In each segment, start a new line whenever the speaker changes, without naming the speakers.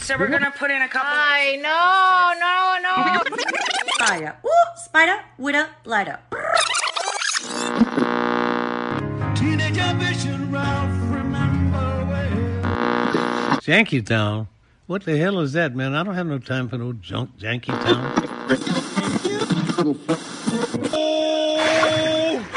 So we're gonna put in a couple.
I know, no, no.
Spider. Ooh, spider, widow, lighter.
Teenage ambition, Ralph, remember well.
Janky Town? What the hell is that, man? I don't have no time for no junk Janky Town.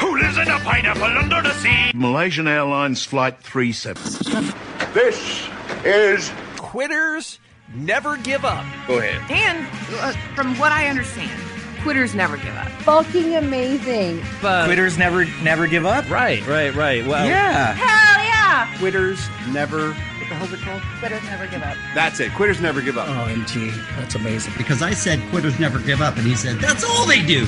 Who lives in a pineapple under the sea?
Malaysian Airlines Flight 37.
This is
Quitters never give up.
go ahead.
And uh, from what I understand, quitters never give up.
Fucking amazing.
Quitters never never give up.
Right, right, right. Well,
Yeah.
Oh. Hell yeah!
Quitters never. What the hell's it called?
Quitters never give up.
That's it. Quitters never give up.
OMG, Oh, that's amazing. Because I said quitters never give up, and he said that's all they do.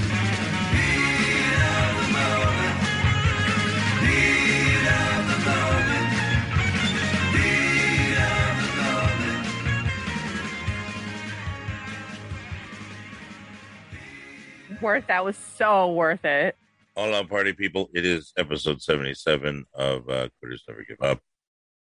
Worth that was so worth it.
All out party people, it is episode 77 of uh, Quitters Never Give Up.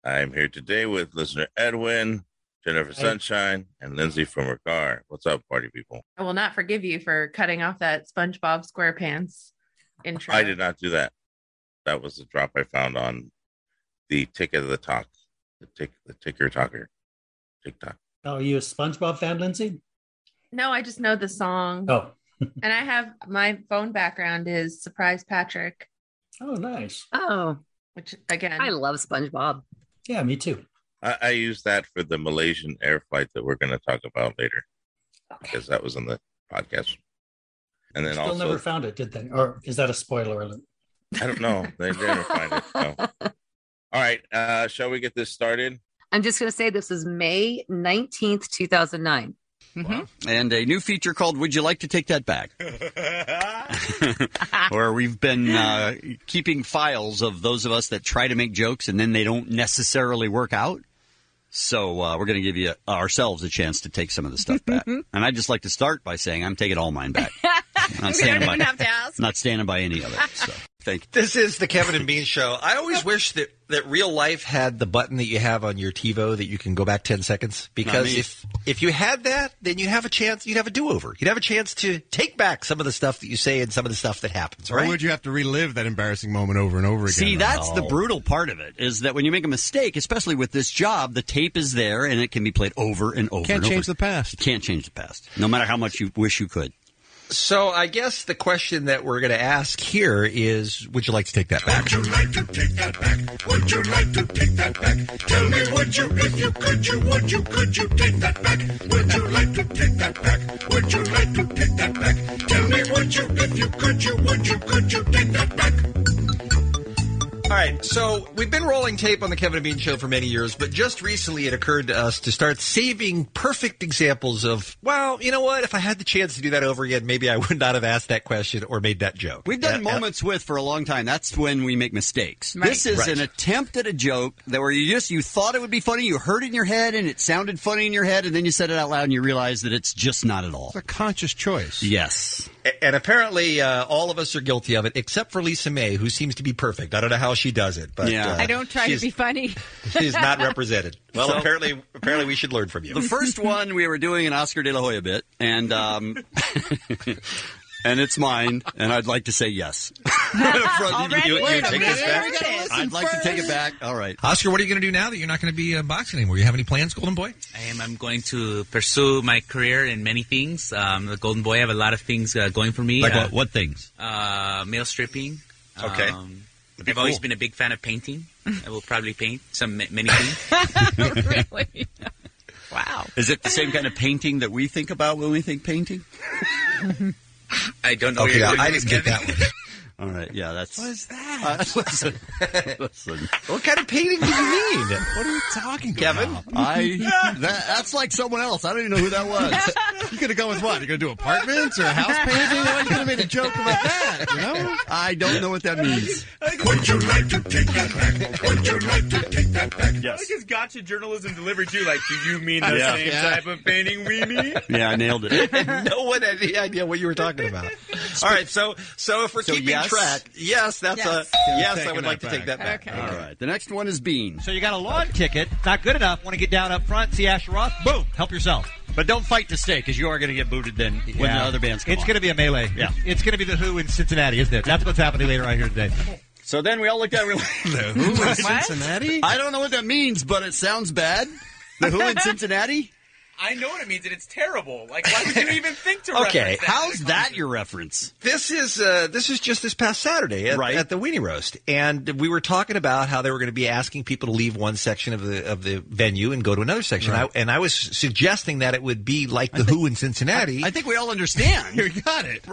I'm here today with listener Edwin, Jennifer Sunshine, and Lindsay from her car. What's up, party people?
I will not forgive you for cutting off that SpongeBob SquarePants intro.
I did not do that. That was the drop I found on the ticket of the talk, the tick, the ticker talker, TikTok.
Oh, are you a SpongeBob fan, Lindsay?
No, I just know the song,
Oh,
and I have my phone background is Surprise Patrick,
oh, nice.
Oh,
which again,
I love SpongeBob.
Yeah, me too.
I, I used that for the Malaysian air flight that we're going to talk about later because that was on the podcast. And then
Still
also,
never found it, did they? Or is that a spoiler alert?
I don't know. They didn't find it. No. All right. Uh, shall we get this started?
I'm just going to say this was May 19th, 2009.
And a new feature called Would You Like to Take That Back? Where we've been uh, keeping files of those of us that try to make jokes and then they don't necessarily work out. So uh, we're going to give you ourselves a chance to take some of the stuff back. and I'd just like to start by saying I'm taking all mine back. I'm not standing by,
have to ask.
not standing by any of it. So thank
This is the Kevin and Bean show. I always wish that, that real life had the button that you have on your TiVo that you can go back 10 seconds because
me.
if if you had that, then you have a chance, you'd have a do-over. You'd have a chance to take back some of the stuff that you say and some of the stuff that happens,
Or
right?
would you have to relive that embarrassing moment over and over again?
See, that's the brutal part of it is that when you make a mistake, especially with this job, the tape is there and it can be played over and over.
Can't
and
change
over.
the past.
You can't change the past, no matter how much you wish you could.
so I guess the question that we're going to ask here is would you like to take that back?
Would you like to take that back? Would you like to take that back? Tell me, would you, if you could, you would you, could you take that back? Would you like to take that back? Would you like to take that back? Tell me, would you, if you could, you would you, could you take that back?
All right, so we've been rolling tape on the Kevin and Bean show for many years, but just recently it occurred to us to start saving perfect examples of, well, you know what? If I had the chance to do that over again, maybe I would not have asked that question or made that joke.
We've done
Uh, uh,
moments with for a long time. That's when we make mistakes. This is
Right.
an attempt at a joke that where you just you thought it would be funny, you heard it in your head, and it sounded funny in your head, and then you said it out loud and you realize that it's just not at all.
It's a conscious choice.
Yes.
And apparently, uh, all of us are guilty of it, except for Lisa May, who seems to be perfect. I don't know how she does it, but
Yeah.
uh,
I
don't try to
she's-
be funny.
she's not represented. Well,
So-
apparently, apparently, we should learn from you.
The first one we were doing an Oscar De La Hoya bit, and um, and it's mine, and I'd like to say yes.
Already? You- you
Wait a
take
minute,
this back?
we gotta listen I'd like to take it back. All right.
Oscar, what are you going to do now that you're not going to be uh, boxing anymore? You have any plans, Golden Boy?
I am. I'm going to pursue my career in many things. Um, the Golden Boy I have a lot of things uh, going for me.
Like
uh,
what, what things?
uh, male stripping.
Okay.
Um, I've
be
always
cool.
been a big fan of painting. I will probably paint some ma- many things.
really? wow.
Is it the same kind of painting that we think about when we think painting?
I don't know. where
Okay,
you're
I,
going
I
with this,
didn't get
Kevin.
that one.
All right. Yeah, that's. What is that? listen, listen,
What kind of painting do you mean?
What are you talking
Kevin.
about?
I that, that's like someone else. I don't even know who that was.
You could have gone with what? You gonna do apartments or house painting? Why you could have made a joke about that? You know?
I don't know what that means.
Would you like to take that back? Would you like to take that back?
Yes.
is gotcha journalism delivered too. Like, do you mean the
Yeah.
same
Yeah.
type of painting we mean?
Yeah, I nailed it.
no one had any idea what you were talking about. All right, so so if we're
So
keeping
yes,
Pratt. Yes, that's
Yes.
a
Yeah,
yes. I
taking
would
that
like to
back.
take that back.
All right. The next one is Bean.
So you got a lawn ticket, not good enough. Want to get down up front, see Asher Roth? Boom, help yourself.
But don't fight to stay because you are going to get booted then when the other bands come
It's
on.
going to be a melee.
Yeah.
It's going to be the Who in Cincinnati, isn't it? That's what's happening later on here today.
So then we all looked at we the
Who in What? Cincinnati?
I don't know what that means, but it sounds bad. The Who in Cincinnati?
I know what it means, and it's terrible. Like, why would you even think to
Okay,
reference that?
how's
that your reference?
This is uh, this is just this past Saturday at,
Right.
at the Weenie Roast, and we were talking about how they were going to be asking people to leave one section of the of the venue and go to another section.
Right.
I, and I was suggesting that it would be like the Who in Cincinnati.
I think we all understand.
you got it.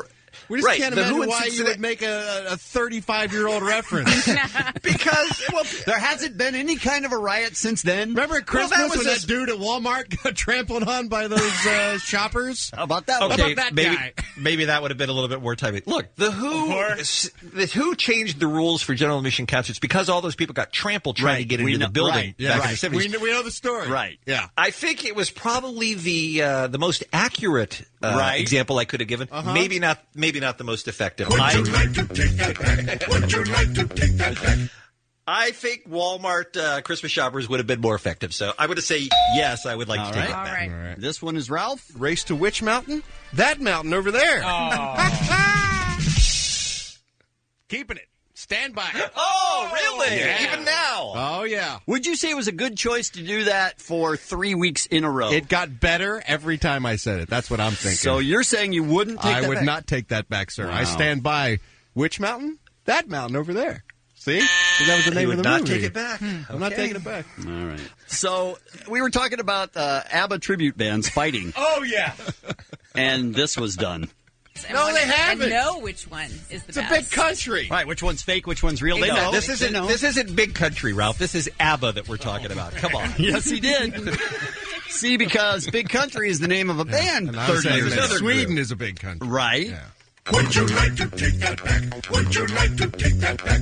We just
Right,
can't
the
imagine
Who in
why you
Cincinnati-
would make a a 35 year old reference.
because well,
there hasn't been any kind of a riot since then.
Remember at
Well, that
Christmas when
was a-
that dude at Walmart got trampled on by those uh, shoppers?
How about that?
Okay,
about that
maybe
guy?
maybe that would have been a little bit more timely. Look, the Who s- the Who changed the rules for general admission concerts because all those people got trampled trying to
Right,
get
we
into
know-
the building
right,
back in the seventies.
We, kn- we know the story.
Right.
Yeah.
I think it was probably the uh, the most accurate uh,
Right.
example I could have given.
Uh-huh.
Maybe not. Maybe not the most effective.
Would you
I,
like to take that back? Would you like to take that back?
I think Walmart uh, Christmas shoppers would have been more effective. So I would say yes. I would like
All
to take
right.
that back.
All right.
This one is Ralph.
Race to which mountain? That mountain over there. Keeping it. Stand by.
Oh, really?
Yeah.
Even now?
Oh yeah.
Would you say it was a good choice to do that for three weeks in a row?
It got better every time I said it. That's what I'm thinking.
so you're saying you wouldn't take
I
that
would
back?
not take that back, sir.
Wow.
I stand by which mountain? That mountain over there. See? 'Cause That was the
You
name
would
of the
not
movie. Hmm.
take it back.
I'm not taking it back.
All right. So we were talking about uh, ABBA tribute bands fighting,
Oh yeah.
and this was done.
No, they haven't.
I know which one is the
It's a
best.
big country.
All right, which one's fake? Which one's real? They
No,
know.
this
They
isn't
know.
this isn't big country, Ralph. This is ABBA that we're talking about. Come on.
Yes, he did. See, because Big Country is the name of a band.
And I'm
30
saying
years
that
ago.
Sweden is a big country.
Right.
Would you like to take that back? Would you like to take that back?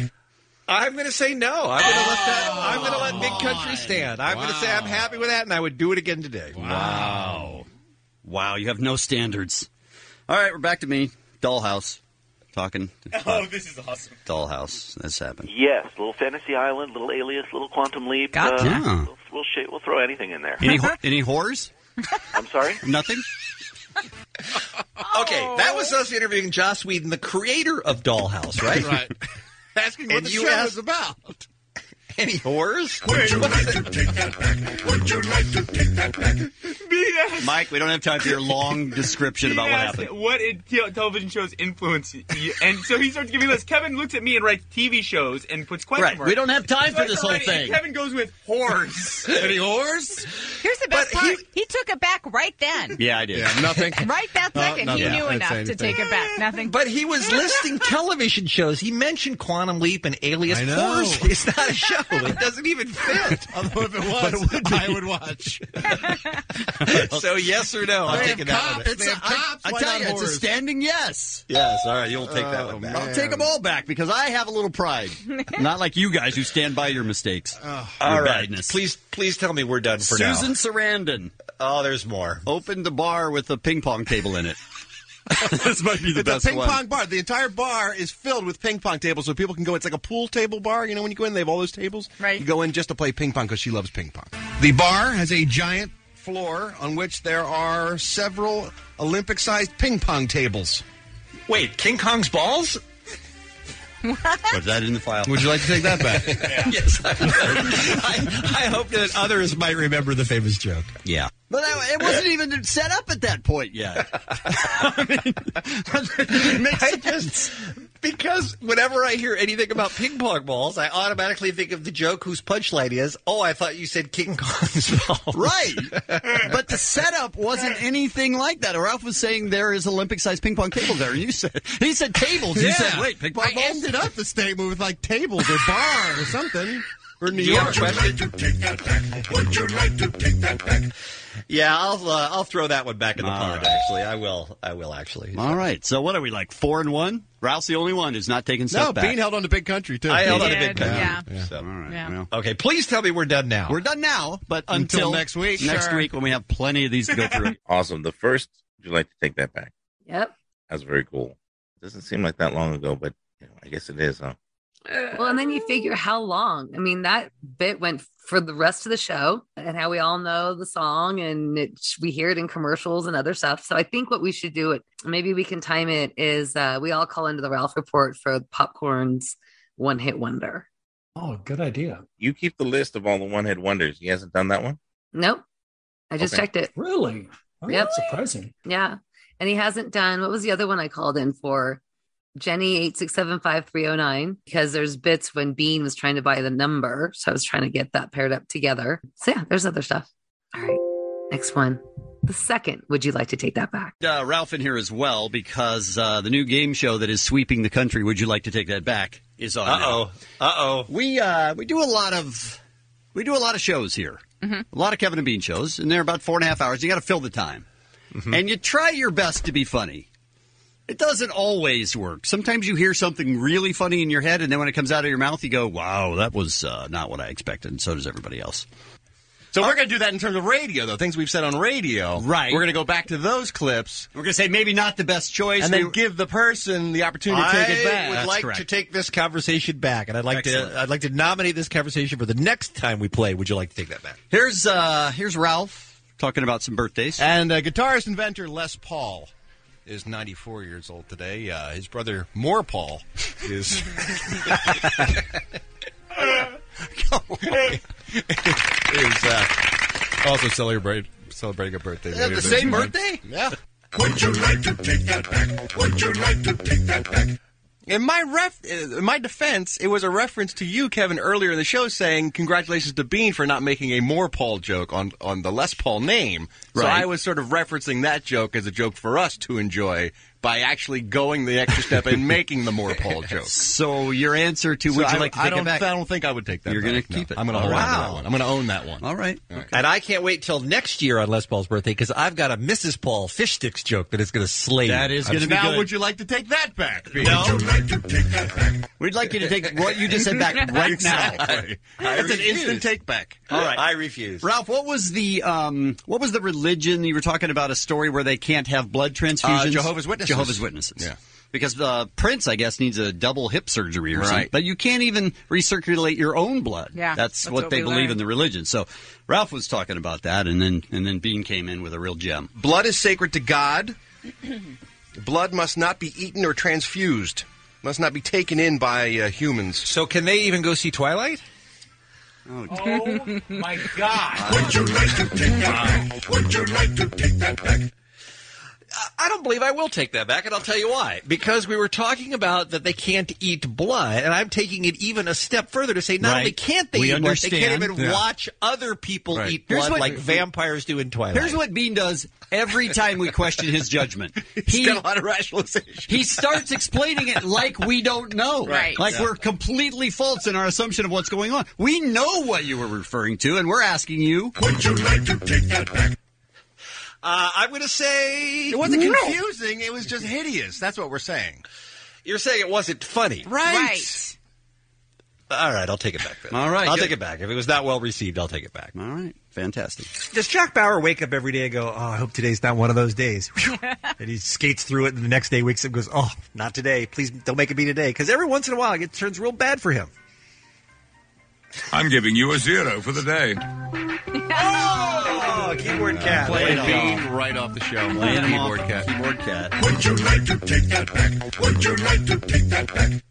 I'm going to say no. I'm going to let that. I'm going to let
Oh,
big country stand. I'm going to say I'm happy with that, and I would do it again today.
Wow. Wow, you have no standards. All right, we're back to me. Dollhouse. Talking
Oh, this is awesome.
Dollhouse. This happened.
Yes, little Fantasy Island, little Alias, little Quantum Leap. uh,
Gotcha. Yeah.
we'll, we'll, sh- we'll throw anything in there.
Any, wh- any horrors?
I'm sorry.
Nothing?
Oh.
Okay, that was us interviewing Joss Whedon, the creator of Dollhouse, right?
Right. Asking what
And
the
you
show
asked-
is about.
Any horrors?
Would you like to take that back? Would you like to take that back?
Mike, we don't have time for your long description about what
asked
happened.
What it, te- television shows influence you? And so he starts giving lists. Kevin looks at me and writes TV shows and puts question
Right,
marks.
we don't have time
So
for
I
this
start
whole
writing, and
thing.
Kevin goes with whores.
Any horse?
Here's the best
But
part. He, took it back right then.
Yeah, I did.
Yeah, nothing.
Right that
Oh,
second, he
nothing.
knew
I'd say
enough to
anything.
take it back. Nothing.
But he was listing television shows. He mentioned Quantum Leap and Alias.
I know.
Horrors is not a show. It doesn't even fit.
Although if it
But
was,
it would be.
I would watch.
so yes or no? I'm
They have
taking that one.
cops. It's
Oh, They
a-
have-
cops.
I
why
tell
not
you, it's a
horrors?
standing yes.
Yes. All right. You'll take that one back.
Oh, man.
I'll take them all back because I have a little pride. Not like you guys who stand by your mistakes.
All
Your
right.
badness.
Please, please tell me we're done for now.
Susan Sarandon
Oh, there's more.
opened the bar with a ping pong table in it. this might be the
It's
best
a ping
one.
pong bar. The entire bar is filled with ping pong tables, so people can go. It's like a pool table bar. You know, when you go in, they have all those tables.
Right.
You go in just to play ping pong because she loves ping pong. The bar has a giant floor on which there are several Olympic-sized ping pong tables.
Wait, King Kong's balls?
Put that in the file.
Would you like to take that back?
Yes. I, I hope that others might remember the famous joke.
Yeah. But that, it wasn't even set up at that point yet. I mean, it makes
I
sense.
just because whenever I hear anything about ping pong balls, I automatically think of the joke whose punchline is, "Oh, I thought you said King Kong's balls."
Right. But the setup wasn't anything like that. Ralph was saying there is Olympic sized ping pong table there. And you said, he said tables. You said, wait, ping pong
I
balls?
ended up the statement with like tables or bar or something. Or New
Do you have
York.
a question?
To take that back? Would you like to take that back?
Yeah, I'll uh, I'll throw that one back in the
All
pond.
right.
Actually, I will. I will actually.
All right. So what are we like, four and one? Ralph's the only one who's not taking stuff
No,
back.
Bean held on to Big Country too.
I held
He
on a
did,
big country.
yeah.
All right.
Yeah.
Well,
Okay, please tell me we're done now.
we're done now, but until,
Until next week,
Next
sure.
week when we have plenty of these to go through.
Awesome. The first, would you like to take that back?
Yep.
That's very cool. Doesn't seem like that long ago, but I guess it is, huh?
Well, and then you figure how long. I mean, that bit went for the rest of the show, and how we all know the song, and it, we hear it in commercials and other stuff. So I think what we should do, it maybe we can time it, is uh, we all call into the Ralph Report for popcorn's one hit wonder.
Oh, good idea. You keep the list of all the one hit wonders. He hasn't done that one?
Nope, I just
Okay.
checked it.
Really? Oh,
Yep.
That's surprising.
Yeah, and he hasn't done what was the other one I called in for? Jenny eight six seven five three zero nine because there's bits when Bean was trying to buy the number, so I was trying to get that paired up together. So yeah, there's other stuff. All right, next one. The second, would you like to take that back?
Uh, Ralph in here as well because uh, the new game show that is sweeping the country. Would you like to take that back? Is on.
Uh-oh.
Uh oh. We uh we do a lot of we do a lot of shows here. A lot of Kevin and Bean shows, and they're about four and a half hours. You got to fill the time,
Mm-hmm.
and you try your best to be funny. It doesn't always work. Sometimes you hear something really funny in your head, and then when it comes out of your mouth, you go, "Wow, that was uh, not what I expected." And so does everybody else.
So we're going to do that in terms of radio, though things we've said on radio. Right. We're going to go back to those clips.
We're going to say maybe not the best choice,
and then
We-
give the person the opportunity to take it back.
I would
That's
like to
correct. take this conversation back, and I'd like
Excellent.
to I'd like to nominate this conversation for the next time we play. Would you like to take that back?
Here's uh here's Ralph talking about some birthdays
and uh, guitarist inventor Les Paul is 94 years old today. Uh, his brother Moore Paul is. is uh, also celebrate celebrating a birthday.
They have
later
the
this
same
month.
birthday?
Yeah.
Would you like to take that back? Would you like to take that back?
In my ref, uh, in my defense, it was a reference to you, Kevin, earlier in the show, saying congratulations to Bean for not making a more Paul joke on on the Les Paul name. So
Right.
I was sort of referencing that joke as a joke for us to enjoy by actually going the extra step and making the more Paul joke.
So your answer to
So
would you
I-
like to
I
take
don't-
it back?
I don't think I would take that
You're going
back,
to
no.
keep it.
I'm gonna hold on to that one. I'm gonna own that one.
All right.
And I can't wait till next year on Les Paul's birthday because I've got a Mrs. Paul fish sticks joke that is going to slay.
That is gonna be
now.
good.
Would you like to take that back? Bean?
No. We'd like you to take what you just said back right
Exactly.
now.
I
It's an
refuse.
instant take back.
All right. I refuse.
Ralph, what was the um, what was the religion you were talking about? A story where they can't have blood transfusions?
Uh, Jehovah's Witnesses.
Jehovah's Witnesses.
Yeah.
Because uh, Prince, I guess, needs a double hip surgery or something.
Right.
But you can't even recirculate your own blood.
Yeah,
That's,
that's
what,
what
they
we
believe in
learned.
the religion. So Ralph was talking about that, and then and then Bean came in with a real gem.
Blood is sacred to God. Blood must not be eaten or transfused. Must not be taken in by uh, humans.
So, can they even go see Twilight?
Oh my God! Would you like to take
Ah.
that back? Would you like to take that back?
I don't believe I will take that back, and I'll tell you why. Because we were talking about that they can't eat blood, and I'm taking it even a step further to say not
Right.
only can't they
We
eat blood, they
understand.
can't even
Yeah.
watch other people
Right.
eat
Here's
blood
what-
like vampires do in Twilight.
Here's what Bean does every time we question his judgment. He
got a lot of rationalization.
He starts explaining it like we don't know,
Right.
like
Yeah.
we're completely false in our assumption of what's going on. We know what you were referring to, and we're asking you.
Would you like to take that back?
Uh, I'm going to say
It wasn't
No.
confusing. It was just hideous. That's what we're saying.
You're saying it wasn't funny,
Right.
All right, I'll take it back. Then.
All right,
I'll
good.
take it back. If it was not well received, I'll take it back.
All right, fantastic.
Does Jack Bauer wake up every day and go, "Oh, I hope today's not one of those days," and he skates through it, and the next day wakes up and goes, "Oh, not today! Please don't make it be today," because every once in a while it turns real bad for him.
I'm giving you a zero for the day.
Oh, keyboard cat.
Playing
Play it
Bean right off the show.
Playing him
keyboard
off
cat.
Keyboard cat.
Would you like to take that back? Would you like to take that back?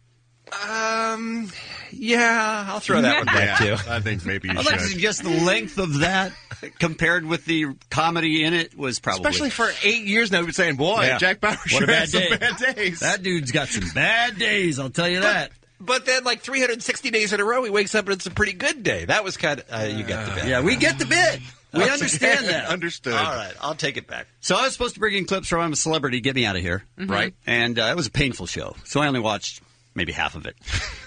Um, yeah, I'll throw that one back
Yeah,
too. I think maybe
I'd like to suggest the length of that compared with the comedy in it was probably.
Especially for eight years now, we've been saying, "Boy,
Yeah.
Oh, Jack Bauer
What a
sure
bad
has
day.
some bad days."
that dude's got some bad days, I'll tell you that.
But then, like 360 days in a row, he wakes up and it's a pretty good day. That was kind of uh, you got the bit.
Yeah, we get the bit. We
Okay.
understand that.
Understood. All right, I'll take it back.
So I was supposed to bring in clips from I'm a Celebrity, Get Me Out of Here.
Mhm. Right.
And uh, it was a painful show. So I only watched maybe half of it.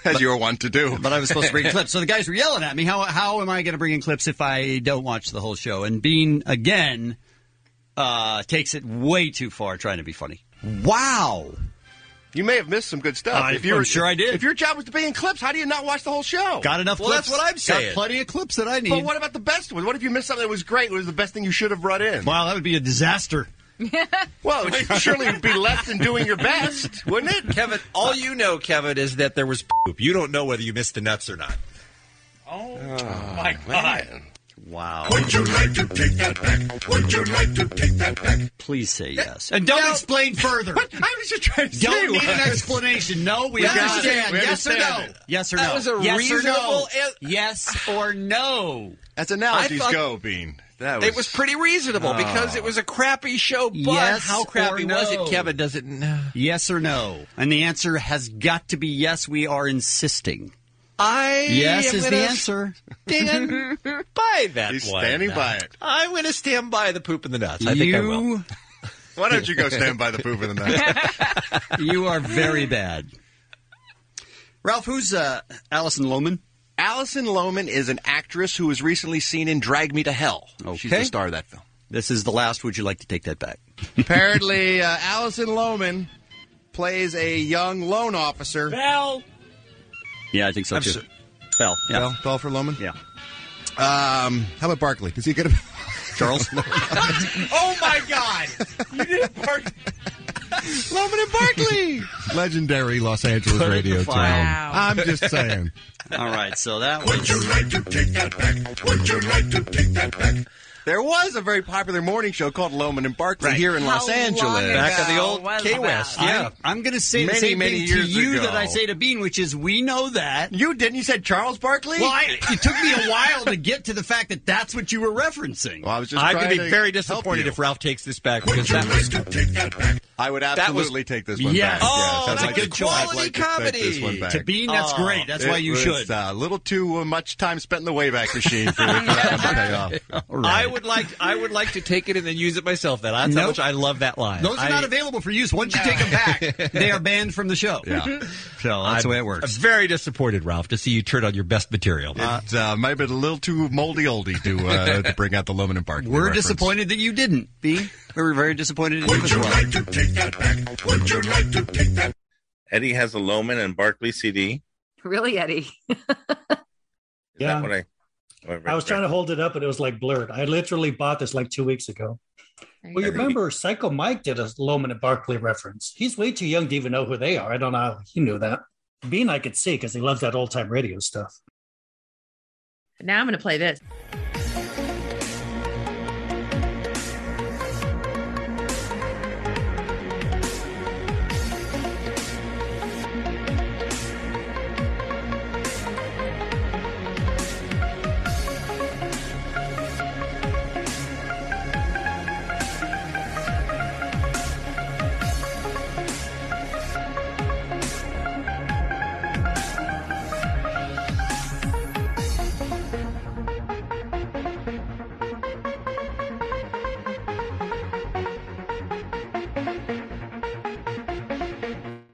As you were wont to do.
But I was supposed to bring clips. So the guys were yelling at me, how, how am I going to bring in clips if I don't watch the whole show? And Bean, again, uh, takes it way too far trying to be funny. Wow.
You may have missed some good stuff.
I-
Uh, if you
I'm
were-
sure I did.
If your job was to be in clips, how do you not watch the whole show?
Got enough
Well,
clips.
that's what I'm
Got
saying.
plenty of clips that I need.
But what about the best ones? What if you missed something that was great? What was the best thing you should have brought in?
Wow, that would be a disaster.
Well, it should surely be less than doing your best,
wouldn't it? Kevin, all you know, Kevin, is that there was poop. You don't know whether you missed the nuts or not.
Oh,
my God.
Wow.
Would you like to take that back? Would you like to take that back?
Please say yes. And don't explain further.
I was just trying
Don't need an explanation. No, we,
We
understand.
understand. We understand it.
Yes or no?
That was a
yes
reasonable
Or no? yes or no?
As
analogies I thought-
go, Bean. That
It was pretty reasonable because it was a crappy show, but
Yes
how
or
crappy was
no?
it, Kevin? Doesn't know.
Yes or no? And the answer has got to be yes. We are insisting.
I
Yes
am
is the
gonna
answer.
Stand by that
He's
one.
standing by it.
I'm going to stand by the poop and the nuts. I think I will.
You-
Why don't you go stand by the poop in the night?
you are very bad. Ralph, who's uh, Allison Lohman?
Allison Lohman is an actress who was recently seen in Drag Me to Hell. She's the
Okay.
star of that film.
This is the last. Would you like to take that back?
Apparently, uh, Allison Lohman plays a young loan officer. Well,
Yeah, I think so
I'm
too.
so-
Bell. Yeah.
Bell, Bell for Loman?
Yeah.
Um, how about Barkley? Does he get a.
Charles?
oh, my God. You did a Barkley. Loman and Barkley.
Legendary Los Angeles
Put it
radio
to
town.
fire.
I'm just saying.
All right, so that
was.
Would you like to take that back? Would you like to take that back? There was a very popular morning show called Loman and Barkley here in
How
Los
long
Angeles.
ago was that? I'm- I'm, going to say the
Many,
same
many
thing
years
to you
ago.
that I say to Bean, which is we know that.
You didn't. You said Charles Barkley?
Well, I, it took me a while to get to the fact that that's what you were referencing.
Well, I was just
I'm
trying
going to
to
be very
help
disappointed
you.
if Ralph takes this back because that was
I would
was-
absolutely take this one
Yes.
back.
Oh,
Yes,
that
I'd
was
to- I'd
quality
like to take
comedy.
this one back.
To Bean, that's great. That's
it
why you
was,
should.
uh, A little too uh, much time spent in the Wayback Machine for, uh, for that one to pay off.
I would like I would like to take it and then use it myself. Then that's how
Nope.
much I love that line.
Those are
I-
not available for use. Once you take them back, they are banned from the show.
Yeah.
So that's the way it works.
I'm very disappointed, Ralph, to see you turn on your best material.
It uh, might have been a little too moldy oldie to, uh, to bring out the Lumen and Barkley.
We're
reference.
disappointed that you didn't, Bean. We were very disappointed in you as well.
Eddie has a Loman and Barkley CD.
Really, Eddie?
Is that what I? what
I was trying to hold it up, and it was like blurred. I literally bought this like two weeks ago. Well, you remember Psycho Mike did a Loman and Barkley reference. He's way too young to even know who they are. I don't know how he knew that. Bean, I could see because he loves that old time radio stuff.
Now I'm going to play this.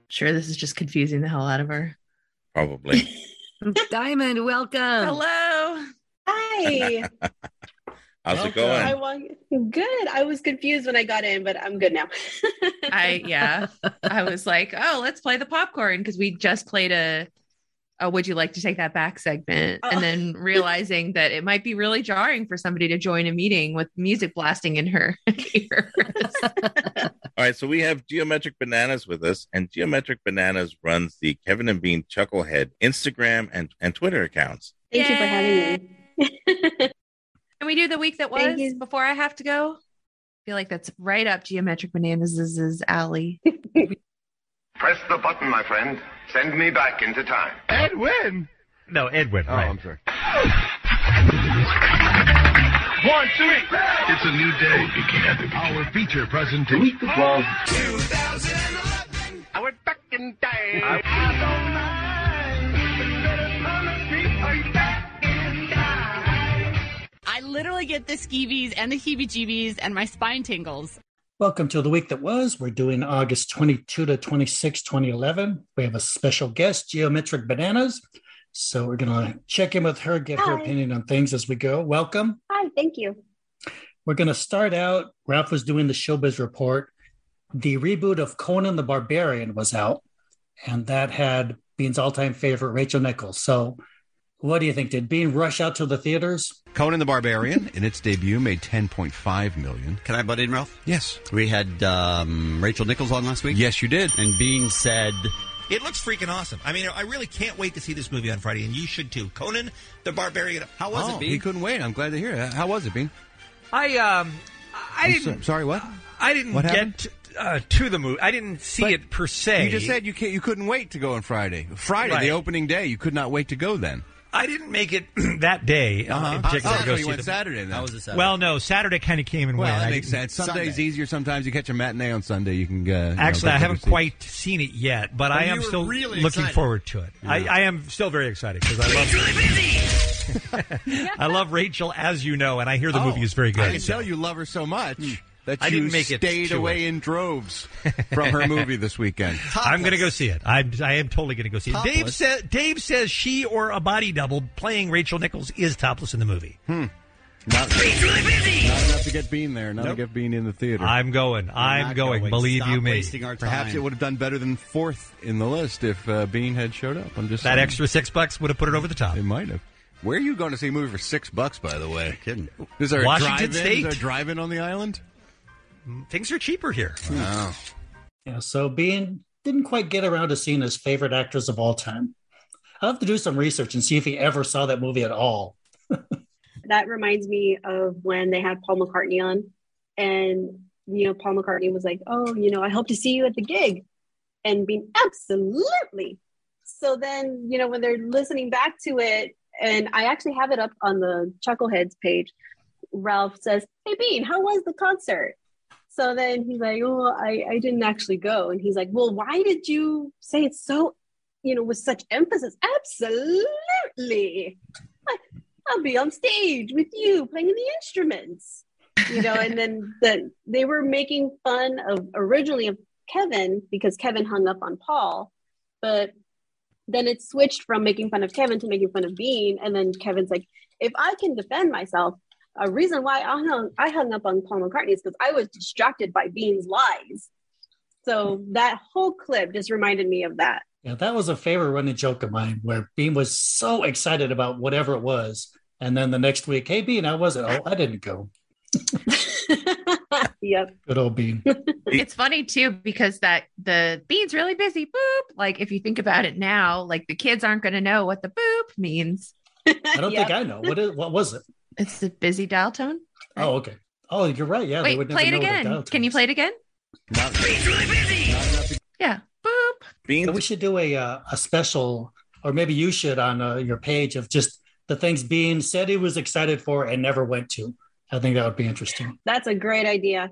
Sure, this is just confusing the hell out of her.
Probably.
Diamond, welcome.
Hello. Hi.
How's it
I
going?
want good. I was confused when I got in, but I'm good now.
I yeah. I was like, oh, let's play the popcorn because we just played a a would you like to take that back segment and then realizing that it might be really jarring for somebody to join a meeting with music blasting in her ear.
All right, so we have Geometric Bananas with us, and Geometric Bananas runs the Kevin and Bean Chucklehead Instagram and, and Twitter accounts.
Thank you for having me.
Can we do the week that was before I have to go? I feel like that's right up Geometric Bananas' alley.
Press the button, my friend. Send me back into time.
Edwin!
No, Edwin.
Oh, I'm
sorry.
One, two, three. It's a new day. Our feature presentation. Week
was
2011. I went back in time. I,
I literally get the skeevies and the heebie-jeebies and my spine tingles.
Welcome to the week that was. We're doing August 22 to 26, 2011. We have a special guest, Geometric Bananas. So we're going to check in with her, get her
Hi.
opinion on things as we go. Welcome.
Hi, thank you.
We're going to start out. Ralph was doing the showbiz report. The reboot of Conan the Barbarian was out, and that had Bean's all time favorite, Rachel Nichols. So What do you think? Did Bean rush out to the theaters?
Conan the Barbarian, in its debut, made 10.5 million.
Can I butt in, Ralph?
Yes.
We had um, Rachel Nichols on last week.
Yes, you did.
And Bean said,
It looks freaking awesome. I mean, I really can't wait to see this movie on Friday, and you should too. Conan the Barbarian. How was
Oh,
it, Bean?
He couldn't wait. I'm glad to hear it. How was it, Bean?
I um, I
I'm
didn't.
so- sorry, what?
I didn't
What happened?
get uh, to the movie. I didn't see it per se.
You just said you can't, you couldn't wait to go on Friday. Friday,
Right.
the opening day, you could not wait to go then.
I didn't make it that day. uh,
Uh-huh.
in particular
Oh,
to go
so you
see
went
the-
Saturday then. That was a Saturday.
Well, no, Saturday kind of came and
Well,
went.
that
I
makes
didn't-
sense. Some days easier. Sometimes you catch a matinee on Sunday. You can uh, you know,
Actually, I
catch
haven't
up and see.
quite seen it yet, but
Well,
I
you
am
were
still
really
looking
excited.
forward to it. I,
Yeah.
I am still very excited because I love I love Rachel, as you know, and I
Oh,
hear the movie is very good.
I can tell you love her so much that
Hmm. I
you
didn't make it
stayed
to
away in droves from her movie this weekend.
I'm going to go see it. I'm, I am totally going to go see it. Dave,
Topless.
sa- Dave says she or a body double playing Rachel Nichols is topless in the movie.
Hmm. Not, not enough to get Bean there. Not enough to get Bean in the theater.
I'm going. I'm
not
going. Believe
Stop
you me.
wasting our Perhaps
time.
it would have done better than fourth in the list if uh, Bean had showed up. I'm just
That
saying.
extra six bucks would have put it over the top. It
might have. Where are you going to see a movie for six bucks? By the way,
kidding.
Is there a
Washington
drive-in?
State.
Is there a drive-in on the island? Hmm.
Things are cheaper here.
Wow.
Oh.
Yeah, so Bean didn't quite get around to seeing his favorite actors of all time. I'll have to do some research and see if he ever saw that movie at all.
That reminds me of when they had Paul McCartney on, and you know Paul McCartney was like, "Oh, you know, I hope to see you at the gig," and being absolutely. So then, you know, when they're listening back to it, and I actually have it up on the Chuckleheads page. Ralph says, "Hey, Bean, how was the concert?" So then he's like, "Oh, I, I didn't actually go," and he's like, "Well, why did you say it so, you know, with such emphasis?" Absolutely. I'll be on stage with you playing the instruments. You know, and then the, they were making fun of originally of Kevin because Kevin hung up on Paul, but then it switched from making fun of Kevin to making fun of Bean. And then Kevin's like, if I can defend myself, a reason why I hung, I hung up on Paul McCartney is because I was distracted by Bean's lies. So that whole clip just reminded me of that.
Yeah, that was a favorite running joke of mine where Bean was so excited about whatever it was. And then the next week, hey, Bean, how was it? Oh, I didn't go.
yep.
Good old Bean.
it's funny too because that the bean's really busy boop like if you think about it now like the kids aren't going to know what the boop means
I don't think I know. What is, What was it?
It's the busy dial tone.
Oh, okay. Oh, you're right. Yeah, they
wait
would
play it
never know what a dial
again
tone
can you play it again yeah
So we should do a uh, a special, or maybe you should on uh, your page of just the things Bean said he was excited for and never went to. I think that would be interesting.
That's a great idea.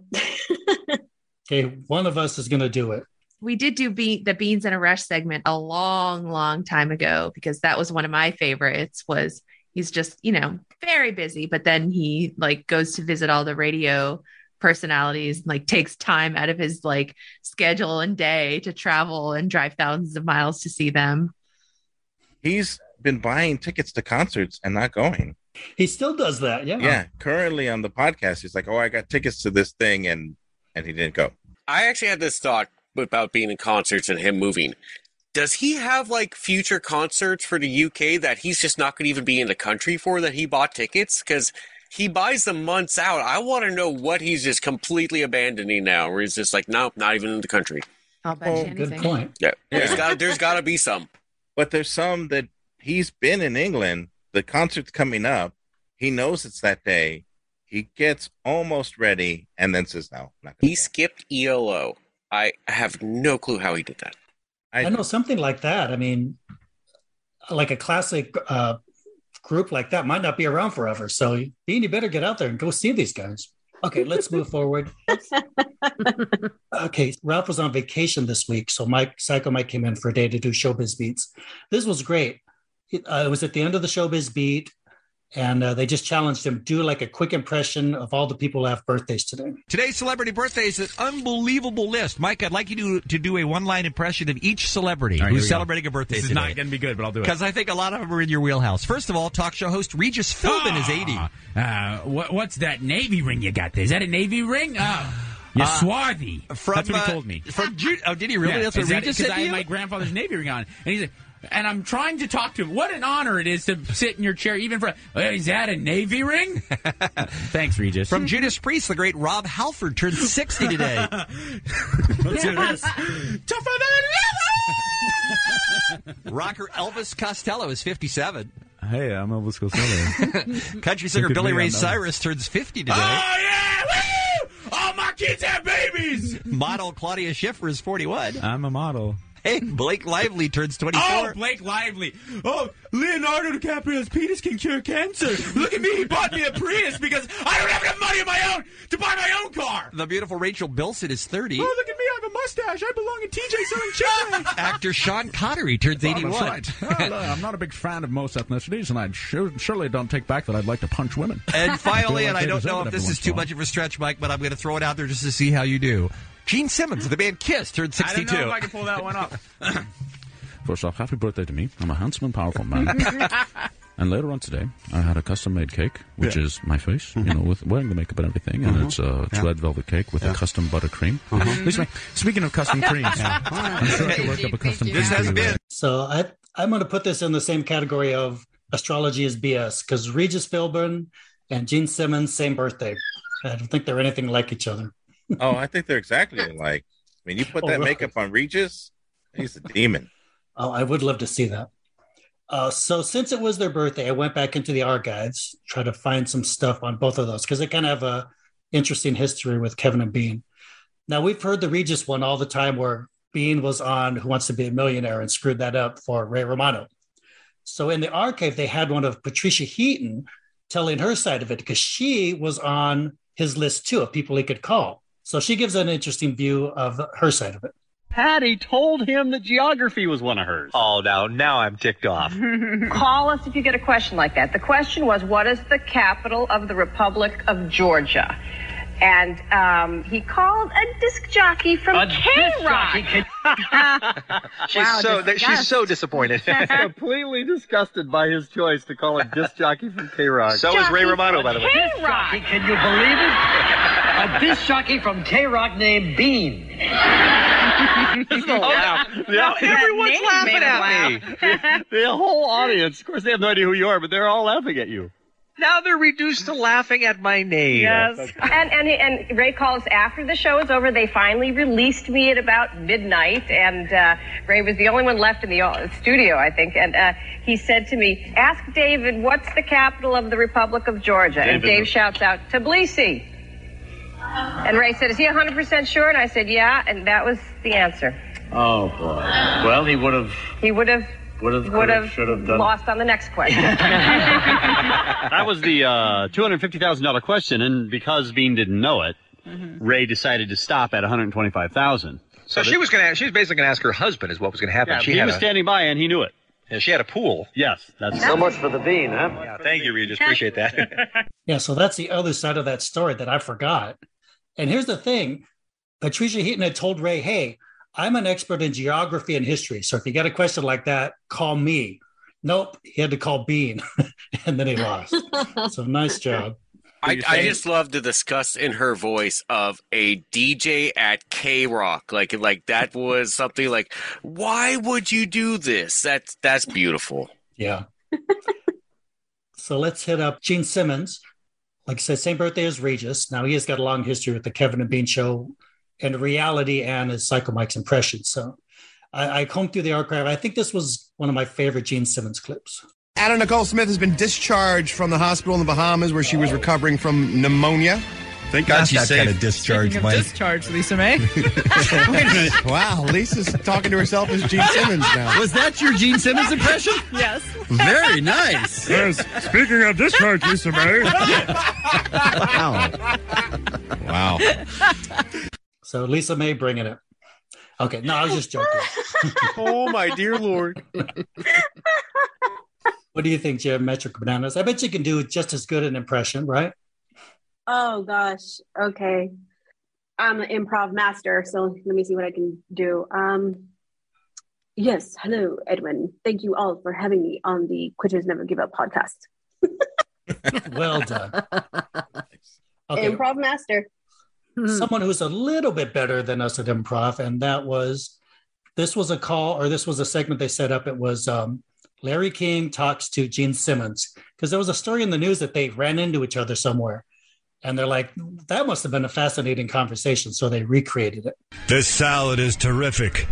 Okay, one of us is going to do it.
we did do be- the beans and a rush segment a long long time ago because that was one of my favorites was he's just you know very busy but then he like goes to visit all the radio personalities like takes time out of his like schedule and day to travel and drive thousands of miles to see them
He's been buying tickets to concerts and not going.
He still does that. Yeah.
Yeah. Currently on the podcast, he's like, "Oh, I got tickets to this thing," and and he didn't go.
I actually had this thought about being in concerts and him moving. Does he have like future concerts for the UK that he's just not going to even be in the country for that he bought tickets? Because he buys them months out. I want to know what he's just completely abandoning now, where he's just like, nope, not even in the country.
I'll bet you anything.
Yeah. There's got there's got to be some.
But there's some that he's been in England. The concert's coming up. He knows it's that day. He gets almost ready and then says, "No, not
He skipped ELO. I have no clue how he did that.
I, know something like that. I mean, like a classic uh, group like that might not be around forever. So, Bean, you better get out there and go see these guys. Okay, let's move forward. okay, Ralph was on vacation this week, so Mike Psycho Mike came in for a day to do Showbiz Beats. This was great. It, uh, it was at the end of the Showbiz Beat, and uh, they just challenged him do like a quick impression of all the people who have birthdays today.
Today's celebrity birthdays is an unbelievable list. Mike, I'd like you to, to do a one line impression of each celebrity
All right, here we
who's
go.
celebrating a birthday
This is
today.
not going to be good, but I'll do it.
because I think a lot of them are in your wheelhouse. First of all, talk show host Regis Philbin is 80.
Uh, what, what's that navy ring you got there? Is that a navy ring? Oh, you're
Uh,
swarthy.
from,
That's what he
uh,
told me.
From Ju- oh, did he really?
Yeah,
That's what
is that-
Regis
'cause
said
I
to
had
you?
my grandfather's navy ring on. And he's like, and I'm trying to talk to him. What an honor it is to sit in your chair, even for. "Hey, Is that a Navy ring? Thanks, Regis.
From Judas Priest, the great Rob Halford turned 60 today. Rocker Elvis Costello is 57.
Hey, I'm Elvis Costello.
Country singer
Look at
Billy
me,
Ray
I'm Elvis.
Cyrus turns 50 today.
Ah,
Oh, yeah! Woo! All my kids have babies!
Model Claudia Schiffer is 41.
I'm a model.
Hey, Blake Lively turns 24.
Oh, Blake Lively. Oh, Leonardo DiCaprio's penis can cure cancer. Look at me. He bought me a Prius because I don't have enough money of my own to buy my own car.
The beautiful Rachel Bilson is 30.
Oh, look at me. I have a mustache. I belong in TJ Southern Chevrolet.
Actor Sean Connery turns 81.
uh,
I'm not a big fan of most ethnicities, and I surely don't take back that I'd like to punch women.
And finally, and I don't know if this is too much of a stretch, Mike, but I'm going to throw it out there just to see how you do. Gene Simmons, the band Kiss, turned 62.
I don't know if I can pull that one off.
First off, happy birthday to me. I'm a handsome and powerful man. and later on today, I had a custom made cake, which
Yeah.
is my face, you know, with wearing the makeup and everything.
Mhm.
Uh-huh.
And it's uh, it's
Yeah.
red velvet cake with a custom buttercream. This way- Speaking of custom creams, I'm sure I could work up a custom cream. for you, right?
So I, I'm going to put this in the same category of astrology is BS because Regis Philbin and Gene Simmons, same birthday. I don't think they're anything like each other.
Oh, I think they're exactly alike. I mean, you put
Oh,
that
really?
makeup on Regis, he's a demon.
Oh, I would love to see that. Uh, so since it was their birthday, I went back into the archives, try to find some stuff on both of those because they kind of have a interesting history with Kevin and Bean. Now we've heard the Regis one all the time, where Bean was on Who Wants to Be a Millionaire and screwed that up for Ray Romano. So in the archive, they had one of Patricia Heaton telling her side of it because she was on his list too of people he could call. So she gives an interesting view of her side of it.
Patty told him that geography was one of hers.
Oh, no. Now I'm ticked off.
Call us if you get a question like that. The question was, what is the capital of the Republic of Georgia? And um, he called a disc jockey from
A
K
disc jockey.
Rock.
She's so that she's so disappointed.
completely disgusted by his choice to call it disc jockey from K Rock.
Uh, So is Ray Romano, by the way.
Disc jockey, can you believe it? A disc jockey from K Rock named Bean.
Oh,
laugh.
Now everyone's laughing at me.
The, the whole audience, of course, they have no idea who you are, but they're all laughing at you.
Now they're reduced to laughing at my name.
and, and and Ray calls after the show is over. They finally released me at about midnight, and uh, Ray was the only one left in the uh, studio, I think. And uh, he said to me, "Ask David what's the capital of the Republic of Georgia." And
David.
Dave shouts out, "Tbilisi." And Ray said, "Is he 100% sure?" And I said, "Yeah." And that was the answer.
Oh boy. Well, he would have,
He would have
would have,
would have
should have done.
lost on the next question.
That was the uh, two hundred fifty thousand dollar question, and because Bean didn't know it, Ray decided to stop at one hundred twenty five thousand.
Mm-hmm. So she was gonna. She was basically gonna ask her husband is what was gonna happen.
Yeah,
she
he
had
was
a,
standing by, and he knew it.
yeah, she had a pool.
Yes, that's
So much
for the Bean, huh?
Yeah, thank you, Regis. Appreciate that.
Yeah, so that's the other side of that story that I forgot. And here's the thing Patricia Heaton had told Ray, hey, I'm an expert in geography and history. So if you got a question like that, call me. Nope, he had to call Bean. and then he lost. so nice job.
I, I just love the disgust in her voice of a DJ at K Rock. Like like that was something like, why would you do this? That's that's beautiful.
Yeah. so let's hit up Gene Simmons. Like I said, same birthday as Regis. Now he has got a long history with the Kevin and Bean show and reality and his Psycho Mike's impression. So I, I combed through the archive. I think this was one of my favorite Gene Simmons clips.
Anna Nicole Smith has been discharged from the hospital in the Bahamas where she was recovering from pneumonia. Thank
God she's safe. discharge,
Speaking of discharge, Lisa May.
wow, Lisa's talking to herself as Gene Simmons now.
Was that your Gene Simmons impression?
yes.
Very nice.
Speaking of discharge, Mr. May.
Wow.
Wow.
So Lisa May bringing it. Okay, no, I was just joking.
oh my dear lord.
What do you think, Geometric Bananas? I bet you can do just as good an impression, right?
Oh gosh. Okay. I'm an improv master, so let me see what I can do. Um Yes, hello, Edwin. Thank you all for having me on the Quitters Never Give Up podcast.
Well done. Okay.
Improv master.
someone who's a little bit better than us at improv, and that was This was a call or this was a segment they set up. It was um, Larry King talks to Gene Simmons because there was a story in the news that they ran into each other somewhere. And they're like, that must have been a fascinating conversation. So they recreated it.
This salad is terrific.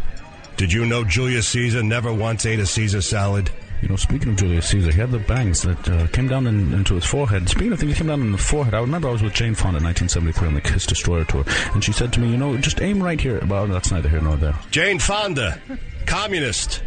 Did you know Julius Caesar never once ate a Caesar salad?
You know, speaking of Julius Caesar, he had the bangs that uh, came down in, into his forehead. Speaking of things that came down in the forehead, I remember I was with Jane Fonda in 1973 on the Kiss Destroyer tour, and she said to me, "You know, just aim right here." Well, that's neither here nor there.
Jane Fonda, communist.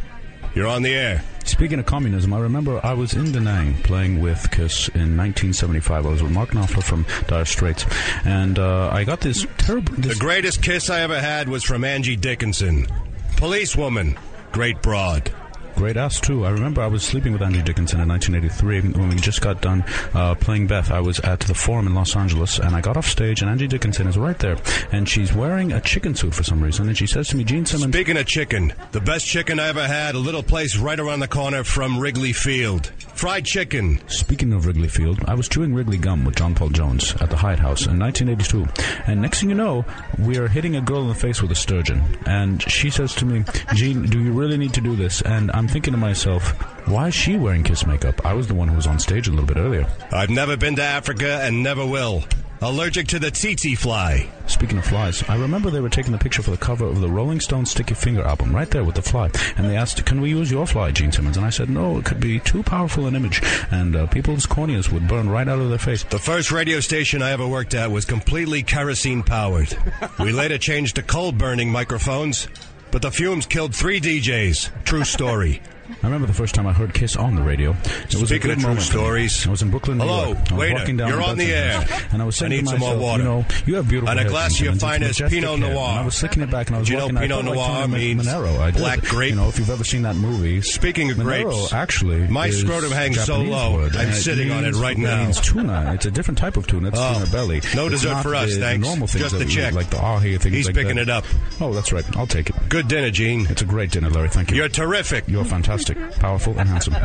You're on the air.
Speaking of communism, I remember I was in Da Nang playing with Kiss in 1975. I was with Mark Knopfler from Dire Straits, and uh, I got this terrible.
The greatest kiss I ever had was from Angie Dickinson, policewoman, great broad.
Great ass too. I remember I was sleeping with Angie Dickinson in 1983 when we just got done uh, playing Beth. I was at the Forum in Los Angeles, and I got off stage, and Angie Dickinson is right there, and she's wearing a chicken suit for some reason, and she says to me, "Gene Simmons."
Speaking of chicken, the best chicken I ever had, a little place right around the corner from Wrigley Field. Fried chicken.
Speaking of Wrigley Field, I was chewing Wrigley gum with John Paul Jones at the Hyatt House in 1982, and next thing you know, we are hitting a girl in the face with a sturgeon, and she says to me, "Gene, do you really need to do this?" And I'm thinking to myself, why is she wearing kiss makeup? I was the one who was on stage a little bit earlier.
I've never been to Africa and never will. Allergic to the tsetse fly.
Speaking of flies, I remember they were taking a picture for the cover of the Rolling Stones Sticky Finger album, right there with the fly. And they asked, Can we use your fly, Gene Simmons? And I said, No, it could be too powerful an image, and uh, people's corneas would burn right out of their face.
The first radio station I ever worked at was completely kerosene powered. we later changed to coal burning microphones, but the fumes killed three DJs. True story.
I remember the first time I heard Kiss on the radio. It was a
Speaking
good
of true
moment for me.
stories,
I was in Brooklyn, New
Hello,
York. I was
waiter,
walking down
you're on the
Hudson
air.
Yards, and I was
I
saying
need
to
some more
myself,
water.
You know, you have beautiful
And a
hair,
glass of
Gene
your
Simmons. It's
finest
majestic
Pinot
hair.
Noir.
And I was slicking it back, and I was
Do you know
walking. and
Pinot
I felt
Noir
like Tony Mon-
means
Monero. I did.
black grape?
You know, if you've ever seen that movie. Speaking
of
Monero,
grapes,
actually,
my
is
scrotum
a
hangs so
Japanese
low,
word,
I'm
and
sitting on it
means-
right now.
means tuna. It's a different type of tuna. It's
Oh,
tuna belly.
no
It's
dessert
not
for us,
the
thanks.
Normal things
Just
that
the
we eat,
check.
like the ahi things.
He's
like
picking
that.
it up.
Oh, that's right. I'll take it.
Good dinner, Gene.
It's a great dinner, Larry. Thank you.
You're terrific.
You're fantastic, powerful, and handsome.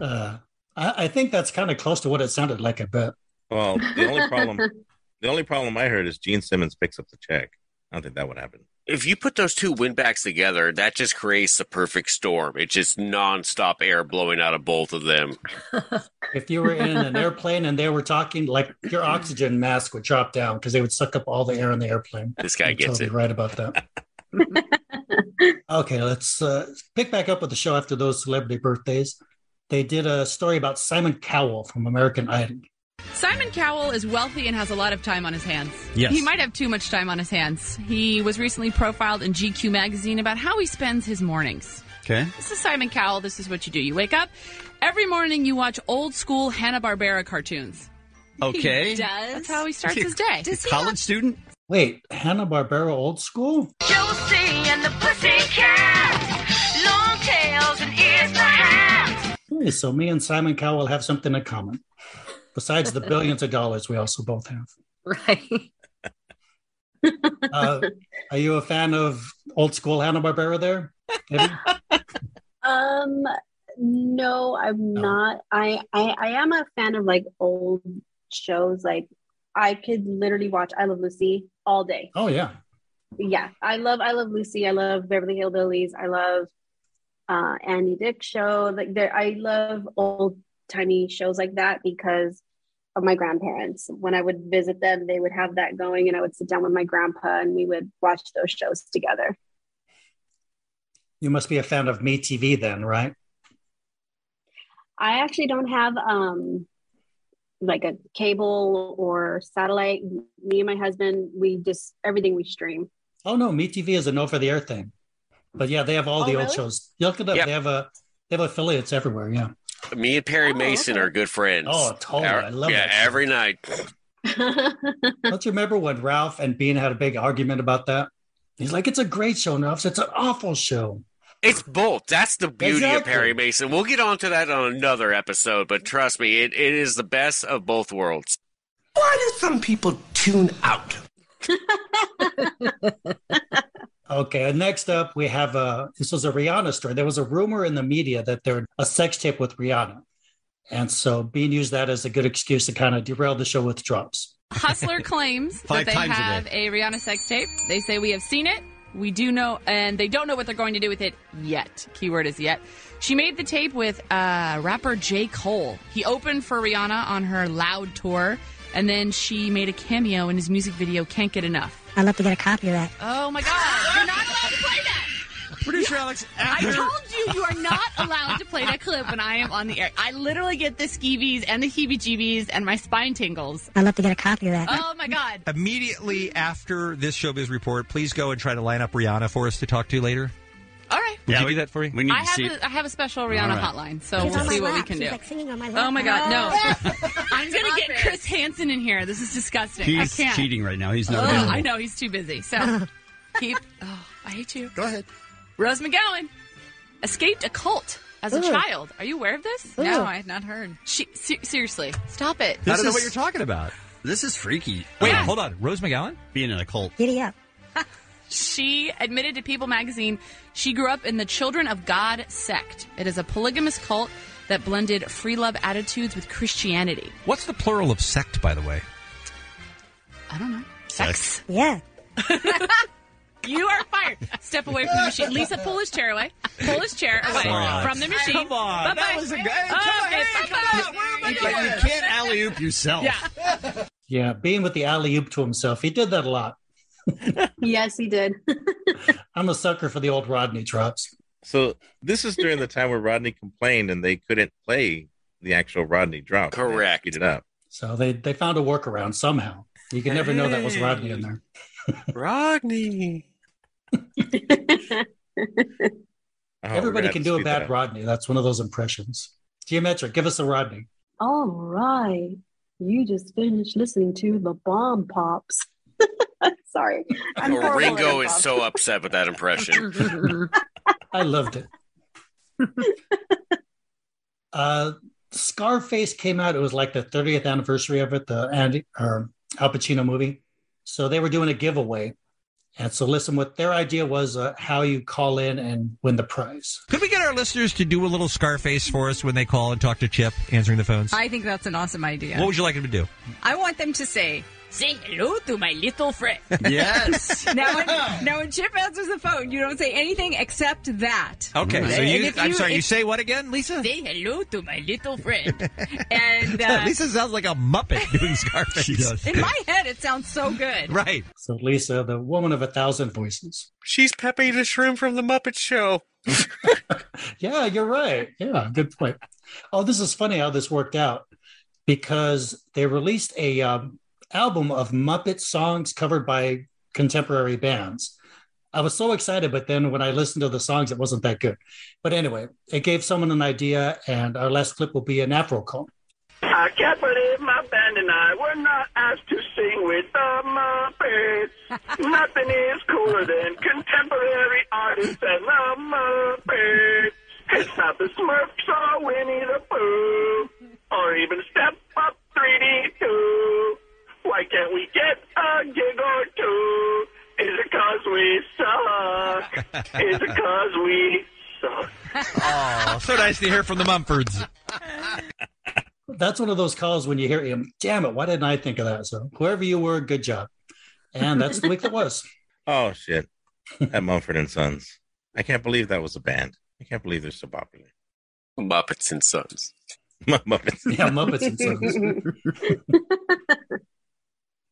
Uh, I, I think that's kind of close to what it sounded like, I bet.
Well, the only problem, the only problem I heard is Gene Simmons picks up the check. I don't think that would happen.
If you put those two windbacks together, that just creates the perfect storm. It's just nonstop air blowing out of both of them.
If you were in an airplane and they were talking, like your oxygen mask would drop down because they would suck up all the air in the airplane.
This guy
You're
gets
totally
it.
right about that. okay, let's uh, pick back up with the show after those celebrity birthdays. They did a story about Simon Cowell from American Idol.
Simon Cowell is wealthy and has a lot of time on his hands.
Yes.
He might have too much time on his hands. He was recently profiled in GQ magazine about how he spends his mornings.
Okay.
This is Simon Cowell. This is what you do. You wake up every morning, you watch old school Hanna-Barbera cartoons.
Okay.
He does. That's how he starts his day.
College student?
Wait, Hanna Barbera old school?
Josie and the Pussycat. Long tails and ears perhaps.
Okay, so me and Simon Cowell have something in common. Besides the billions of dollars we also both have.
Right.
Uh, are you a fan of old school Hanna Barbera? There, Debbie?
Um, no, I'm not. I, I I am a fan of like old shows. Like I could literally watch I Love Lucy all day.
oh yeah,
Yeah, I love I Love Lucy. I love Beverly Hillbillies. I love uh, Andy Dick show. Like there, I love old timey shows like that because of my grandparents. When I would visit them, they would have that going, and I would sit down with my grandpa and we would watch those shows together.
you must be a fan of Me TV then, right?
I actually don't have um like a cable or satellite. Me and my husband, we just everything we stream.
Oh no, Me TV is an over-the-air thing. But yeah, they have all
Oh,
the old
really?
shows. You Look it up. They have a they have affiliates everywhere. Yeah.
Me and Perry Mason are good friends.
Oh, totally.
Our-
I love
yeah,
that show.
every night.
Don't you remember when Ralph and Bean had a big argument about that? He's like, "It's a great show, Ralph. It's an awful show."
It's both. That's the beauty of
Exactly.
Perry Mason. We'll get onto that on another episode, but trust me, it, it is the best of both worlds.
Why do some people tune out?
Okay, and next up we have a this was a Rihanna story. There was a rumor in the media that there a sex tape with Rihanna, and so Bean used that as a good excuse to kind of derail the show with drops.
Hustler claims
Five
that they
times a
have a, Rihanna sex tape. They say we have seen it.
We do know, and they don't know what they're going to do with it yet. Keyword is yet. She made the tape with uh, rapper J. Cole. He opened for Rihanna on her Loud tour, and then she made a cameo in his music video Can't Get Enough.
I'd love to get a copy of that.
Oh my God! You're not allowed to play that.
Producer Alex,
I
after-
told you you are not allowed to play that clip when I am on the air. I literally get the skeevies and the heebie-jeebies and my spine tingles.
I'd love to get a copy of that.
Oh my God!
Immediately after this showbiz report, please go and try to line up Rihanna for us to talk to later.
All right.
Would you do that for me? We
I have a, I have a special Rihanna
All right.
hotline, so
She's
we'll
on my
see what we
lap.
can
She's,
do.
like, singing on my
oh
lap.
my God, no! I'm gonna
Stop
get
it.
Chris Hansen in here. This is disgusting.
He's
I can't.
cheating right now. He's
Ugh,
not.
I
available.
know he's too busy. So keep. Oh, I hate you. Go ahead. Rose McGowan escaped a cult as a
Ooh.
child. Are you aware of this?
Ooh.
No, I had not heard. She se- seriously, stop it.
This is-
talking about.
This is freaky.
Wait, hold on. Rose McGowan
being in a cult.
Giddy up.
She admitted to People magazine she grew up in the Children of God sect. It is a polygamous cult that blended free love attitudes with Christianity.
What's the plural of sect, by the way?
I don't know. Sex.
Yeah.
You are fired. Step away from the machine. Lisa, pull his chair away. Pull his chair away
Sorry, Alex.
from the machine.
Come on.
Bye-bye. Oh,
That was a good-
Okay, bye-bye.
You can't, you can't alley oop yourself.
Yeah.
Yeah, being with the alley oop to himself. He did that a lot.
yes, he did.
I'm a sucker for the old Rodney drops.
So this is during the time where Rodney complained and they couldn't play the actual Rodney drop. Correct. Beat it up.
So they, they found a workaround somehow. You could never know that was Rodney in there.
Rodney. Oh,
Everybody can do a bad
that.
Rodney. That's one of those impressions. Geometric, give us a Rodney.
All right. You just finished listening to the bomb pops. Sorry. I'm
Oh,
horrible at
Ringo
Bomb
is
Pops.
so upset with that impression.
I loved it. uh, Scarface came out. It was like the 30th anniversary of it, the Andy or Al Pacino movie. So they were doing a giveaway. And so, listen, what their idea was uh, how you call in and win the prize.
Could we get our listeners to do a little Scarface for us when they call and talk to Chip, answering the
Oh,
phones?
I think that's an awesome idea.
What would you like them to do?
I want them to say, "Say hello to my little friend."
Yes.
now, when, now, when Chip answers the phone, you don't say anything except that.
Okay, so
And
you-
if
I'm sorry, you
if-
say what again, Lisa?
Say hello to my little friend. and uh,
Lisa sounds like a Muppet doing Scarface.
in my head, it sounds so good.
Right.
So, Lisa, the woman of a thousand voices.
She's Pepe the Shrimp from The Muppet Show.
Yeah, you're right. Yeah, good point. Oh, this is funny how this worked out because they released a um, album of Muppet songs covered by contemporary bands. I was so excited, but then when I listened to the songs, it wasn't that good. But anyway, it gave someone an idea, and our last clip will be an Afro call.
I can't believe my band and I were not asked to sing with the Muppets. Nothing is cooler than contemporary artists and the Muppets. It's not the Smurfs or Winnie the Pooh, or even Step Up 3D2. Why can't we get a gig or two? Is it cause we suck? Is it cause we suck?
Oh, so nice to hear from the Mumfords.
That's one of those calls when you hear him, damn it, why didn't I think of that? So whoever you were, good job. And that's the week that was.
Oh shit. At Mumford and Sons. I can't believe that was a band. I can't believe they're so popular.
Muppets and Sons.
Muppets.
Yeah, Muppets and Sons.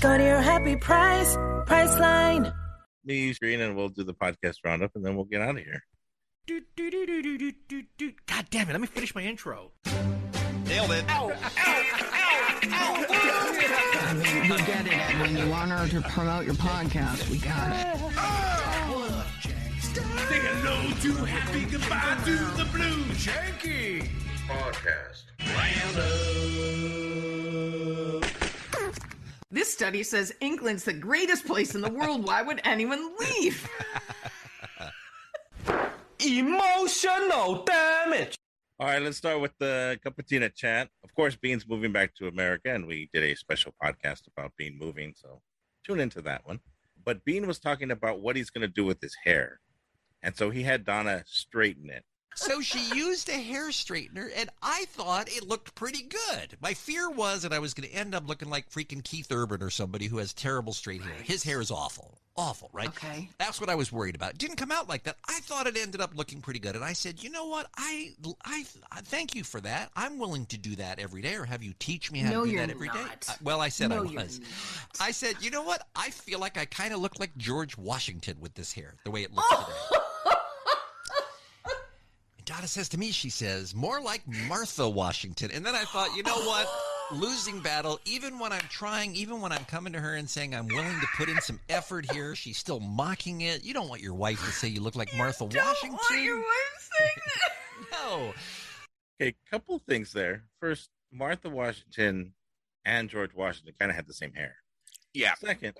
Go to your happy price, price line.
me screen and we'll do the podcast roundup and then we'll get out of here.
God damn it! Let me finish my intro.
Nailed it.
We get it. When you want her to promote your podcast, we got it.
Say hello to happy goodbye to the blue janky podcast.
This study says England's the greatest place in the world. Why would anyone leave?
Emotional damage. All right, let's start with the Cupertina chat. Of course, Bean's moving back to America, and we did a special podcast about Bean moving, so tune into that one. But Bean was talking about what he's going to do with his hair. And so he had Donna straighten it.
So she used a hair straightener, and I thought it looked pretty good.
My fear was that I was going to end up looking like freaking Keith Urban or somebody who has terrible straight hair. His hair is awful. Awful, right? Okay. That's what I was worried about. It didn't come out like that. I thought it ended up looking pretty good. And I said, you know what? I, I, I thank you for that. I'm willing to do that every day or have you teach me how
No,
to do
you're
that every day.
not.
Uh, well, I said
No,
I
you're
was. I said, you know what? I feel like I kind of look like George Washington with this hair, the way it
Oh,
looks today. And Donna says to me, she says, more like Martha Washington. And then I thought, you know what? Losing battle, even when I'm trying, even when I'm coming to her and saying I'm willing to put in some effort here, she's still mocking it. You don't want your wife to say you look like Martha Washington. no.
Okay, couple things there. First, Martha Washington and George Washington kind of had the same hair.
Yeah.
Second,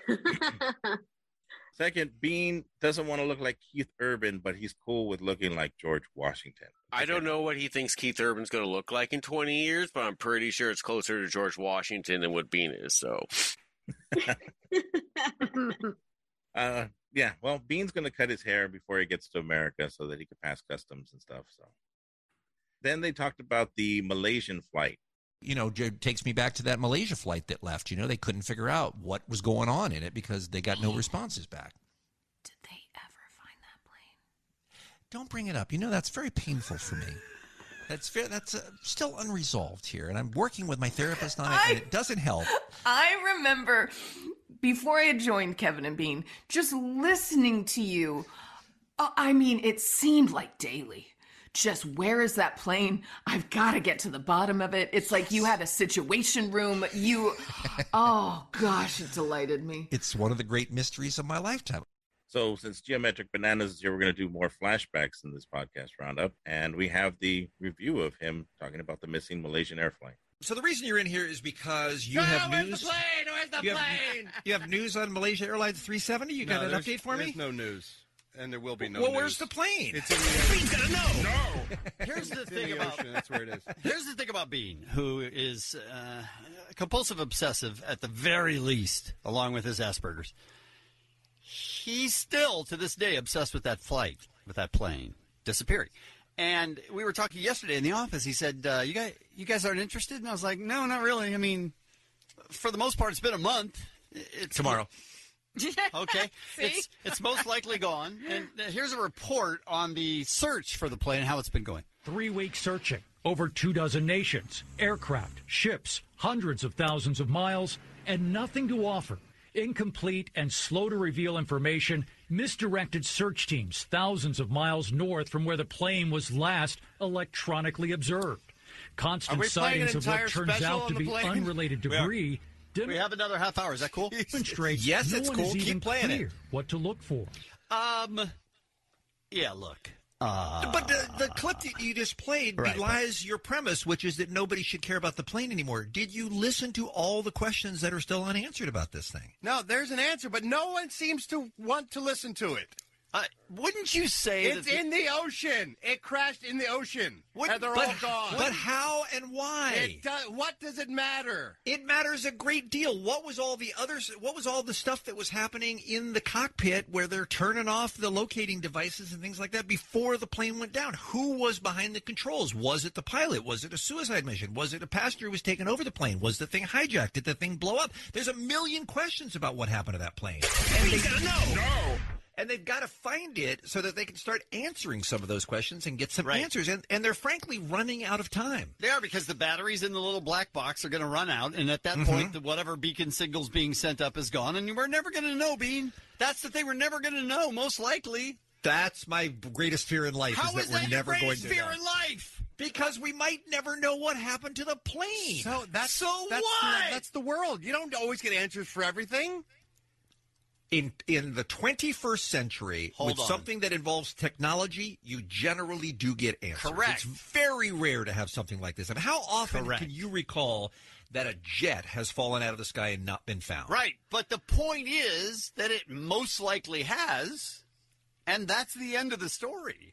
second, Bean doesn't want to look like Keith Urban, but he's cool with looking like George Washington.
I don't know what he thinks Keith Urban's going to look like in 20 years, but I'm pretty sure it's closer to George Washington than what Bean is. So,
Uh, yeah. Well, Bean's going to cut his hair before he gets to America so that he can pass customs and stuff. So then they talked about the Malaysian flight.
You know, j- takes me back to that Malaysia flight that left. You know, they couldn't figure out what was going on in it because they got no responses back. Don't bring it up. You know, that's very painful for me. That's fair. That's uh, still unresolved here, and I'm working with my therapist on it, and it doesn't help.
I remember before I had joined Kevin and Bean, just listening to you. uh, I mean, it seemed like daily. Just where is that plane? I've got to get to the bottom of it. It's like you had a situation room. You, oh gosh, it delighted me.
It's one of the great mysteries of my lifetime.
So, since Geometric Bananas is here, we're going to do more flashbacks in this podcast roundup. And we have the review of him talking about the missing Malaysian air flight.
So the reason you're in here is because you have news.
Where's
the You have- plane? You have news on Malaysia Airlines 370. You got
No,
an
there's-
update for me?
There's no news, and there will be no.
well,
news.
where's the plane?
It's in the
Bean's gotta know.
Here's the
It's in
thing
the
about
ocean. That's where it is.
Here's the thing about Bean, who is uh, compulsive obsessive at the very least, along with his Asperger's. He's still to this day obsessed with that flight, with that plane disappearing. And we were talking yesterday in the office. He said, uh, "You guys, you guys aren't interested." And I was like, "No, not really. I mean, for the most part, it's been a month. It's
Tomorrow.
okay. It's it's most likely gone. And uh, here's a report on the search for the plane and how it's been going.
Three week searching over two dozen nations, aircraft, ships, hundreds of thousands of miles, and nothing to offer. Incomplete and slow to reveal information, misdirected search teams thousands of miles north from where the plane was last electronically observed.
Are
Constant
we playing an
sightings of
entire
what turns
special
out
on
to
the
be
plane?
unrelated
We are.
debris.
We have another half hour. Is that cool?
Demonstrates
Yes,
no
it's
one
cool.
is
Keep
even
playing it.
clear what to look for.
Um, yeah. Look, uh,
But the, the clip that you just played
Right.
belies your premise, which is that nobody should care about the plane anymore. Did you listen to all the questions that are still unanswered about this thing?
No, there's an answer, but no one seems to want to listen to it.
Uh, wouldn't you say
it's
that the-
in the ocean? It crashed in the ocean, and they're
but,
all gone.
But how and why?
It does, what does it matter?
It matters a great deal. What was all the others? What was all the stuff that was happening in the cockpit where they're turning off the locating devices and things like that before the plane went down? Who was behind the controls? Was it the pilot? Was it a suicide mission? Was it a passenger who was taking over the plane? Was the thing hijacked? Did the thing blow up? There's a million questions about what happened to that plane, and they gotta know. No. And they've got to find it so that they can start answering some of those questions and get some answers. And, and they're frankly running out of time.
They are because the batteries in the little black box are going to run out, and at that
Mm-hmm.
point, the, whatever beacon signal's being sent up is gone, and we're never going to know, Bean. That's the thing we're never going to know, most likely.
That's my greatest fear in life
How
is that
is
we're
that your
never going
greatest
to
fear
know.
in life?
Because we might never know what happened to the plane.
So that's so that's,
what?
That's the world. You don't always get answers for everything.
In in the 21st century,
Hold
with
on.
something that involves technology, you generally do get answers.
Correct.
It's very rare to have something like this. And how often
Correct.
can you recall that a jet has fallen out of the sky and not been found?
Right, but the point is that it most likely has, and that's the end of the story.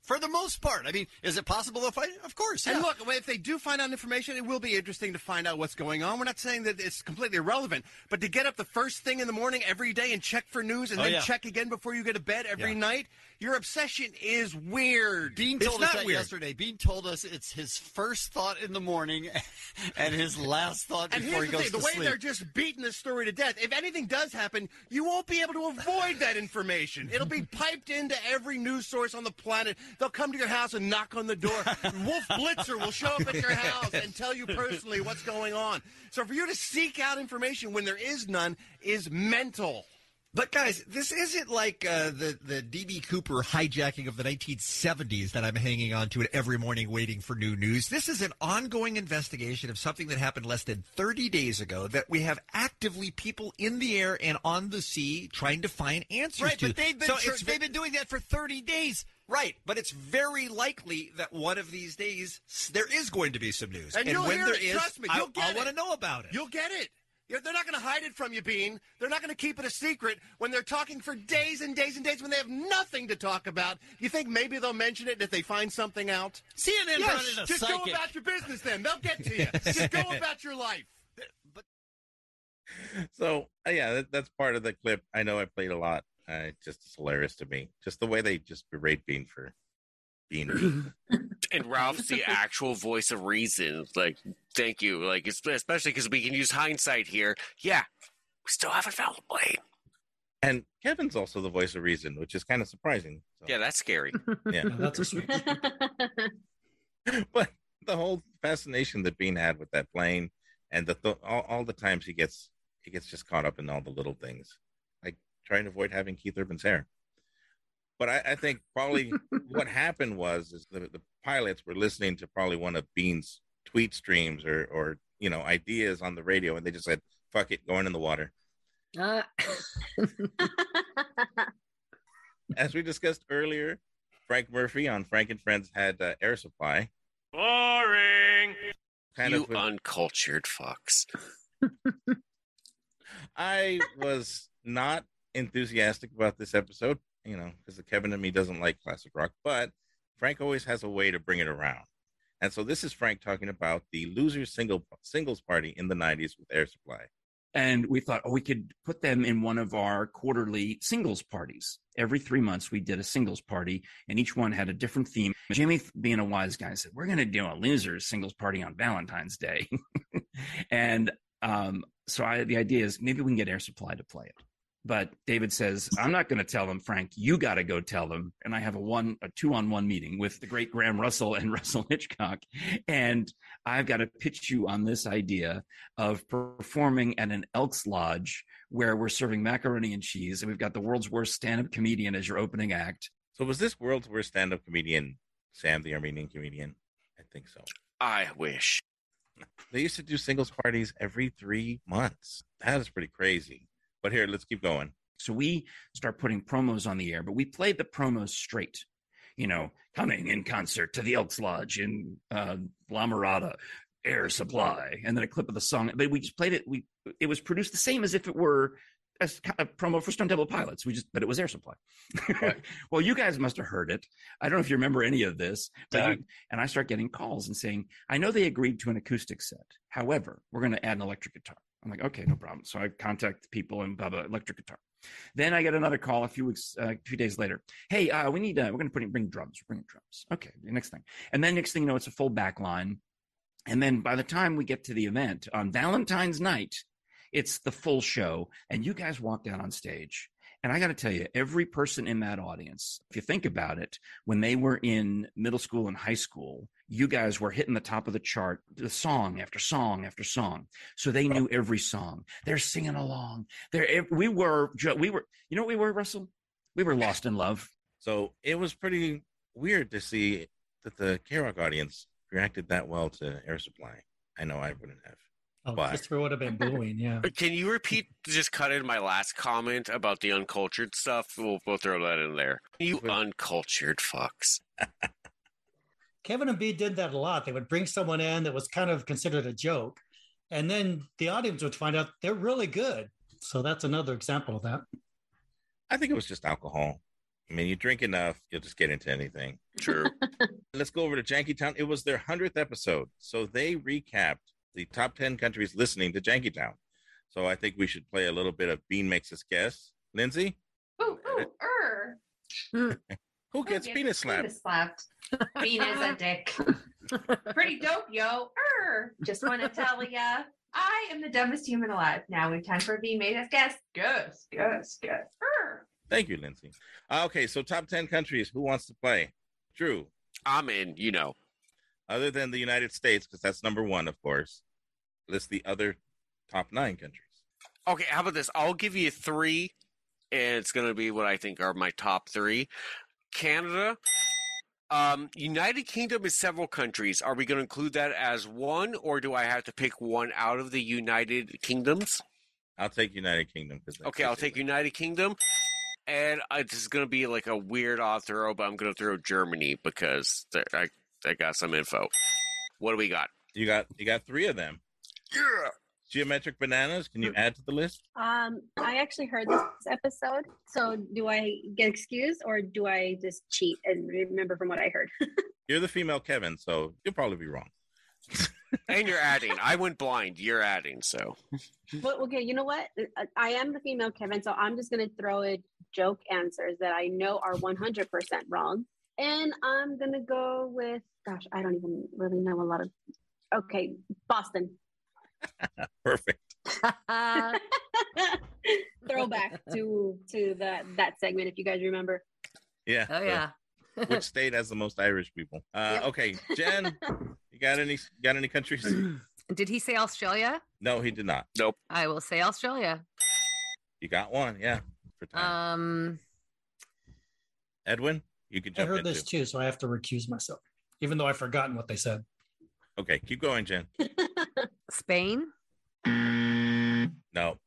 for the most part. I mean, is it possible they'll find it? Of course.
And
yeah.
look, if they do find out information, it will be interesting to find out what's going on. We're not saying that it's completely irrelevant, but to get up the first thing in the morning every day and check for news and
Oh,
then
yeah.
check again before you go to bed every
Yeah.
night, your obsession is weird.
Bean
it's
told
not
us that
weird.
yesterday. Bean told us it's his first thought in the morning and his last thought
And
before
here's
he
the
goes
thing: the
to
way
sleep.
they're just beating this story to death. If anything does happen, you won't be able to avoid that information. It'll be piped into every news source on the planet. They'll come to your house and knock on the door. Wolf Blitzer will show up at your house and tell you personally what's going on. So for you to seek out information when there is none is mental.
But guys, this isn't like uh, the the DB Cooper hijacking of the 1970s that I'm hanging on to it every morning, waiting for new news. This is an ongoing investigation of something that happened less than 30 days ago that we have actively people in the air and on the sea trying to find answers
Right,
to.
but they've been tr- they've
been doing that for 30 days. Right, but it's very likely that one of these days s- there is going to be some news,
And, you'll
when
hear
there
it.
is,
Trust me,
I-
you'll get
I,
it.
want to know about it.
You'll get it. You're- they're not going to hide it from you, Bean. They're not going to keep it a secret when they're talking for days and days and days when they have nothing to talk about. You think maybe they'll mention it if they find something out?
CNN
yes,
brought in a
just go
psychic.
about your business then. They'll get to you. just go about your life.
So uh, yeah, that, that's part of the clip. I know I played a lot. Uh, it's just it's hilarious to me. Just the way they just berate Bean for being.
and Ralph's the actual voice of reason. Like, thank you. Like, it's, especially because we can use hindsight here. Yeah, we still haven't found the blade.
and Kevin's also the voice of reason, which is kind of surprising.
Yeah, that's scary.
Yeah, but the whole fascination that Bean had with that plane, and the th- all, all the times he gets he gets just caught up in all the little things, like trying to avoid having Keith Urban's hair. But I, I think probably what happened was is the, the pilots were listening to probably one of Bean's tweet streams or or you know ideas on the radio, and they just said, "Fuck it, going in the water."
Uh,
As we discussed earlier, Frank Murphy on Frank and Friends had uh, air supply.
Boring.
Kind
you
of with-
uncultured fucks.
I was not enthusiastic about this episode, you know, because the Kevin and me doesn't like classic rock, but Frank always has a way to bring it around. And so this is Frank talking about the losers single singles party in the 90s with Air Supply.
And we thought, oh, we could put them in one of our quarterly singles parties. Every three months, we did a singles party, and each one had a different theme. Jimmy, being a wise guy, said, We're going to do a losers singles party on Valentine's Day. and um, so I, the idea is maybe we can get Air Supply to play it. But David says, I'm not going to tell them, Frank. You got to go tell them. And I have a one, a two on one meeting with the great Graham Russell and Russell Hitchcock. And I've got to pitch you on this idea of performing at an Elks Lodge where we're serving macaroni and cheese. And we've got the world's worst stand up comedian as your opening act.
So was this world's worst stand up comedian, Sam the Armenian comedian? I think so.
I wish.
They used to do singles parties every three months. That is pretty crazy. But here, let's keep going.
So we start putting promos on the air, but we played the promos straight. You know, coming in concert to the Elks Lodge in uh, La Mirada, Air Supply, and then a clip of the song. But we just played it. We it was produced the same as if it were a, s- a promo for Stone Temple Pilots. We just, but it was Air Supply. well, you guys must have heard it. I don't know if you remember any of this, but you, and I start getting calls and saying, I know they agreed to an acoustic set. However, we're going to add an electric guitar. I'm like, okay, no problem. So I contact the people and blah blah electric guitar. Then I get another call a few weeks, uh, a few days later. Hey, uh, we need, uh, we're going to put in, bring drums. We're bringing drums. Okay, the next thing. And then next thing you know, it's a full back line. And then by the time we get to the event on Valentine's night, it's the full show. And you guys walk down on stage. And I got to tell you, every person in that audience, if you think about it, when they were in middle school and high school, you guys were hitting the top of the chart, the song after song after song. So they knew every song. They're singing along. They're, eh, we were, we were, you know what we were, Russell? We were lost in love.
So it was pretty weird to see that the K Rock audience reacted that well to Air Supply. I know I wouldn't have.
Oh,
Why?
Christopher would have been booing, yeah.
Can you repeat? Just cut in my last comment about the uncultured stuff. We'll, we'll throw that in there. You uncultured fucks.
Kevin and B did that a lot. They would bring someone in that was kind of considered a joke, and then the audience would find out they're really good. So that's another example of that.
I think it was just alcohol. I mean, you drink enough, you'll just get into anything.
True.
Let's go over to Jankytown. It was their 100th episode. So they recapped the top 10 countries listening to Jankytown. So I think we should play a little bit of Bean Makes Us Guess. Lindsay?
Ooh, ooh, er.
Oh,
Who gets penis slapped?
Penis slapped. Venus and dick. Pretty dope, yo. Er. Just want to tell ya, I am the dumbest human alive. Now we have time for V made us guess. Guess, guess, guess. Er.
Thank you, Lindsay. Uh, okay, so top 10 countries. Who wants to play? Drew.
I'm in, you know.
Other than the United States, because that's number one, of course, list the other top nine countries.
Okay, how about this? I'll give you three, and it's going to be what I think are my top three Canada. Um, United Kingdom is several countries. Are we going to include that as one, or do I have to pick one out of the United Kingdoms?
I'll take United Kingdom. Cause that's
Okay, I'll take United Kingdom. And I, this is going to be like a weird off throw, but I'm going to throw Germany because there, I, I got some info. What do we got?
You got you got three of them. Geometric Bananas. Can you add to the list?
Um, I actually heard this episode. So do I get excused or do I just cheat and remember from what I heard?
You're the female Kevin, so you'll probably be wrong.
and you're adding. I went blind. You're adding. So
but okay, you know what? I- I am the female Kevin, so I'm just gonna throw in joke answers that I know are 100% wrong, and I'm gonna go with gosh, I don't even really know a lot of. Okay, Boston.
Perfect.
Uh,
Throwback to to that that segment, if you guys remember.
Yeah.
Oh,
so-
yeah.
which state has the most Irish people? Uh, Okay, Jen, you got any got any countries?
Did he say Australia?
no, he did not.
Nope.
I will say Australia.
You got one. Yeah.
Um,
Edwin, you can
I
jump
heard
in
this too, so I have to recuse myself, even though I've forgotten what they said.
Okay, keep going, Jen.
Spain.
No.